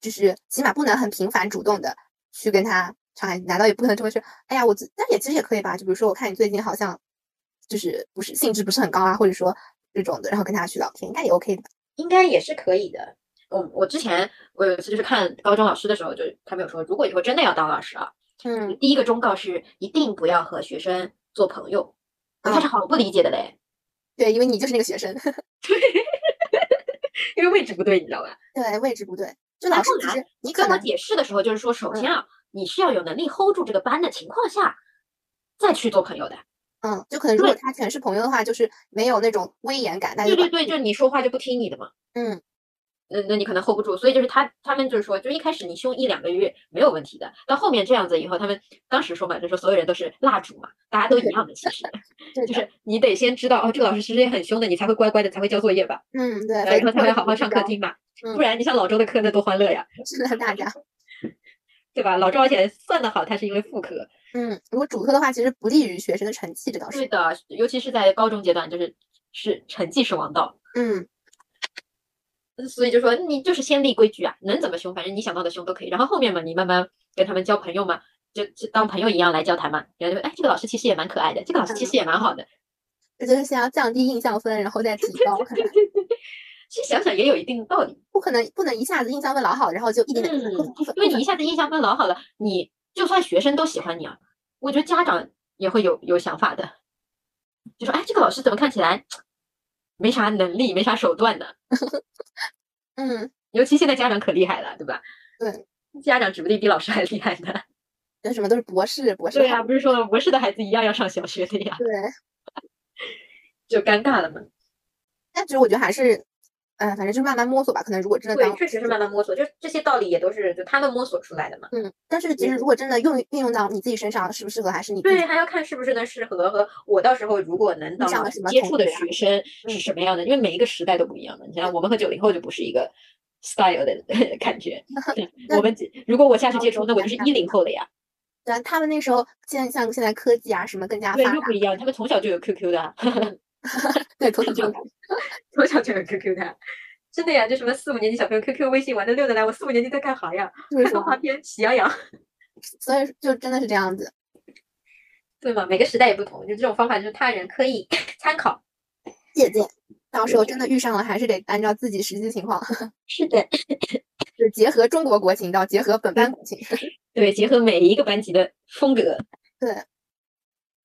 S2: 就是起码不能很频繁主动的去跟他敞开，难道也不可能这么说？哎呀，我最但也其实也可以吧。就比如说，我看你最近好像就是不是兴致不是很高啊，或者说这种的，然后跟他去聊天，应该也 OK 的吧。
S1: 应该也是可以的。我我之前我有一次就是看高中老师的时候，就是他们有说，如果以后真的要当老师啊，
S2: 嗯，
S1: 第一个忠告是一定不要和学生做朋友。我开
S2: 啊
S1: 始好不理解的嘞，
S2: 对，因为你就是那个学生， (laughs)
S1: 因为位置不对，你知道吧？
S2: 对，位置不对。就
S1: 然
S2: 老师
S1: 后
S2: 其
S1: 呢
S2: 实你可
S1: 跟他
S2: 能
S1: 解释的时候，就是说，首
S2: 嗯
S1: 先啊，你是要有能力 hold 住这个班的情况下，再去做朋友的。
S2: 嗯，就可能如果
S1: 对
S2: 他全是朋友的话，就是没有那种威严感，那
S1: 对
S2: 就
S1: 对
S2: 管
S1: 对，就你说话就不听你的嘛。
S2: 嗯，
S1: 那那你可能 hold 不住，所以就是他他们就是说，就一开始你凶一两个月没有问题的，到后面这样子以后，他们当时说嘛，就说所有人都是蜡烛嘛，大家都一样的，其实
S2: 对
S1: 就
S2: 的
S1: 是你得先知道哦，这个老师其实也很凶的，你才会乖乖的，才会交作业吧，
S2: 嗯，对，
S1: 然后才会
S2: 会
S1: 好好上课听嘛，
S2: 嗯
S1: 不然你像老周的课那多欢乐呀，
S2: 是大家。
S1: (laughs) 对吧？老周而且算得好，他是因为副科，
S2: 嗯，如果主课的话，其实不利于学生的成绩，这倒
S1: 对
S2: 是。
S1: 的，尤其是在高中阶段，就是是成绩是王道，嗯
S2: 嗯，
S1: 所以就说你就是先立规矩啊，能怎么凶，反正你想到的凶都可以。然后后面嘛，你慢慢跟他们交朋友嘛，就就当朋友一样来交谈嘛。然后就哎，这个老师其实也蛮可爱的，这个老师其实也蛮好的。 (laughs)
S2: 这就是先要降低印象分，然后再提高。
S1: 其实想想也有一定道理，
S2: 不可能不能一下子印象分老好，然后就一点点
S1: 嗯
S2: 部分部分
S1: 因为你一下子印象分老好了，你就算学生都喜欢你啊，我觉得家长也会有有想法的，就说哎，这个老师怎么看起来没啥能力，没啥手段呢？
S2: 嗯，
S1: 尤其现在家长可厉害了，对吧？
S2: 对，
S1: 家长指不定比老师还厉害呢。
S2: 就什么都是博士博士
S1: 对
S2: 后
S1: 呀、不是说了博士的孩子一样要上小学的呀，
S2: 对，
S1: 就尴尬了嘛。
S2: 但其实我觉得还是，嗯、反正就是慢慢摸索吧。可能如果真的
S1: 对，
S2: 当
S1: 确实是慢慢摸索，就这些道理也都是就他们摸索出来的嘛。
S2: 嗯，但是其
S1: 嗯
S2: 实如果真的用运用到你自己身上，适不适合还是你自己
S1: 对，还要看是不是能适合和我到时候如果能当
S2: 想
S1: 老
S2: 的
S1: 师
S2: 什么
S1: 接
S2: 同
S1: 触的
S2: 学啊
S1: 学生是
S2: 嗯
S1: 什么样的，因为每一个时代都不一样的。你像我们和九零后就不是一个 style 的 (laughs) 感觉，
S2: (laughs) 那
S1: 我们只如果我下去
S2: 那
S1: 接
S2: 我
S1: 触，
S2: 们
S1: 那我就
S2: 想
S1: 是
S2: 想
S1: 一零后了呀，
S2: 对，他们那时候现像现在科技啊什么更加
S1: 对，
S2: 发
S1: 又不
S2: 达，
S1: 一样，他们从小就有 QQ 的啊，
S2: 对，从此
S1: 这
S2: 就
S1: 样从小就有 QQ 的啊。真的呀，就什么四五年级小朋友 QQ、微信玩的溜得来，我四五年级在干啥呀？
S2: 就是
S1: 看动
S2: 说，
S1: 画片，喜羊羊。
S2: 所以就真的是这样子。
S1: 对嘛，每个时代也不同，就这种方法就是他人可以 (laughs) 参考。
S2: 借鉴。到时候真的遇上了，还是得按照自己实际情况，
S1: 是的，
S2: 就结合中国国情，到结合本班国情。 (laughs)
S1: 对，结合每一个班级的风格，
S2: 对，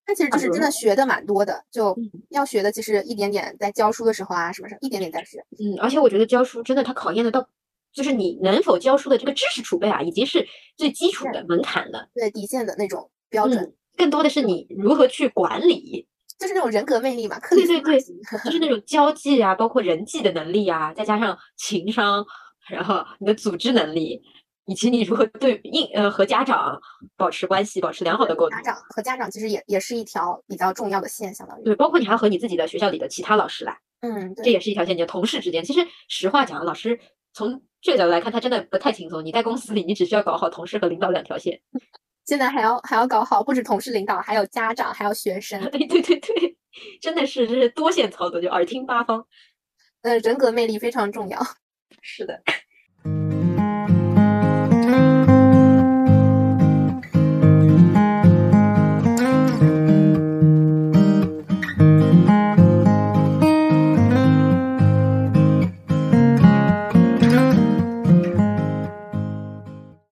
S2: 那其实就是真的学的蛮多的，就
S1: 嗯
S2: 要学的，其实一点点在教书的时候啊，什么什么一点点在学。
S1: 嗯，而且我觉得教书真的，它考验得到，就是你能否教书的这个知识储备啊，已经是最基础的门槛了。
S2: 对底线的那种标准，
S1: 嗯，更多的是你如何去管理，
S2: 就是那种人格魅力嘛，克
S1: 对
S2: 里
S1: 对
S2: 斯
S1: 对
S2: 马型
S1: 就是那种交际啊，包括人际的能力啊，再加上情商，然后你的组织能力，以及你如何对应呃和家长保持关系，保持良好的沟通
S2: 家。长和家长其实也也是一条比较重要的线，相当于。
S1: 对，包括你还要和你自己的学校里的其他老师来。
S2: 嗯，
S1: 这
S2: 对，
S1: 也是一条线。你的同事之间，其实实话讲，老师从这个角度来看，他真的不太轻松。你在公司里，你只需要搞好同事和领导两条线。 (laughs)
S2: 现在还要还要搞好，不止同事领导，还有家长，还有学生。
S1: (laughs) 对对对对，真的是这是多线操作，就耳听八方。
S2: 呃，人格魅力非常重要。
S1: 是的，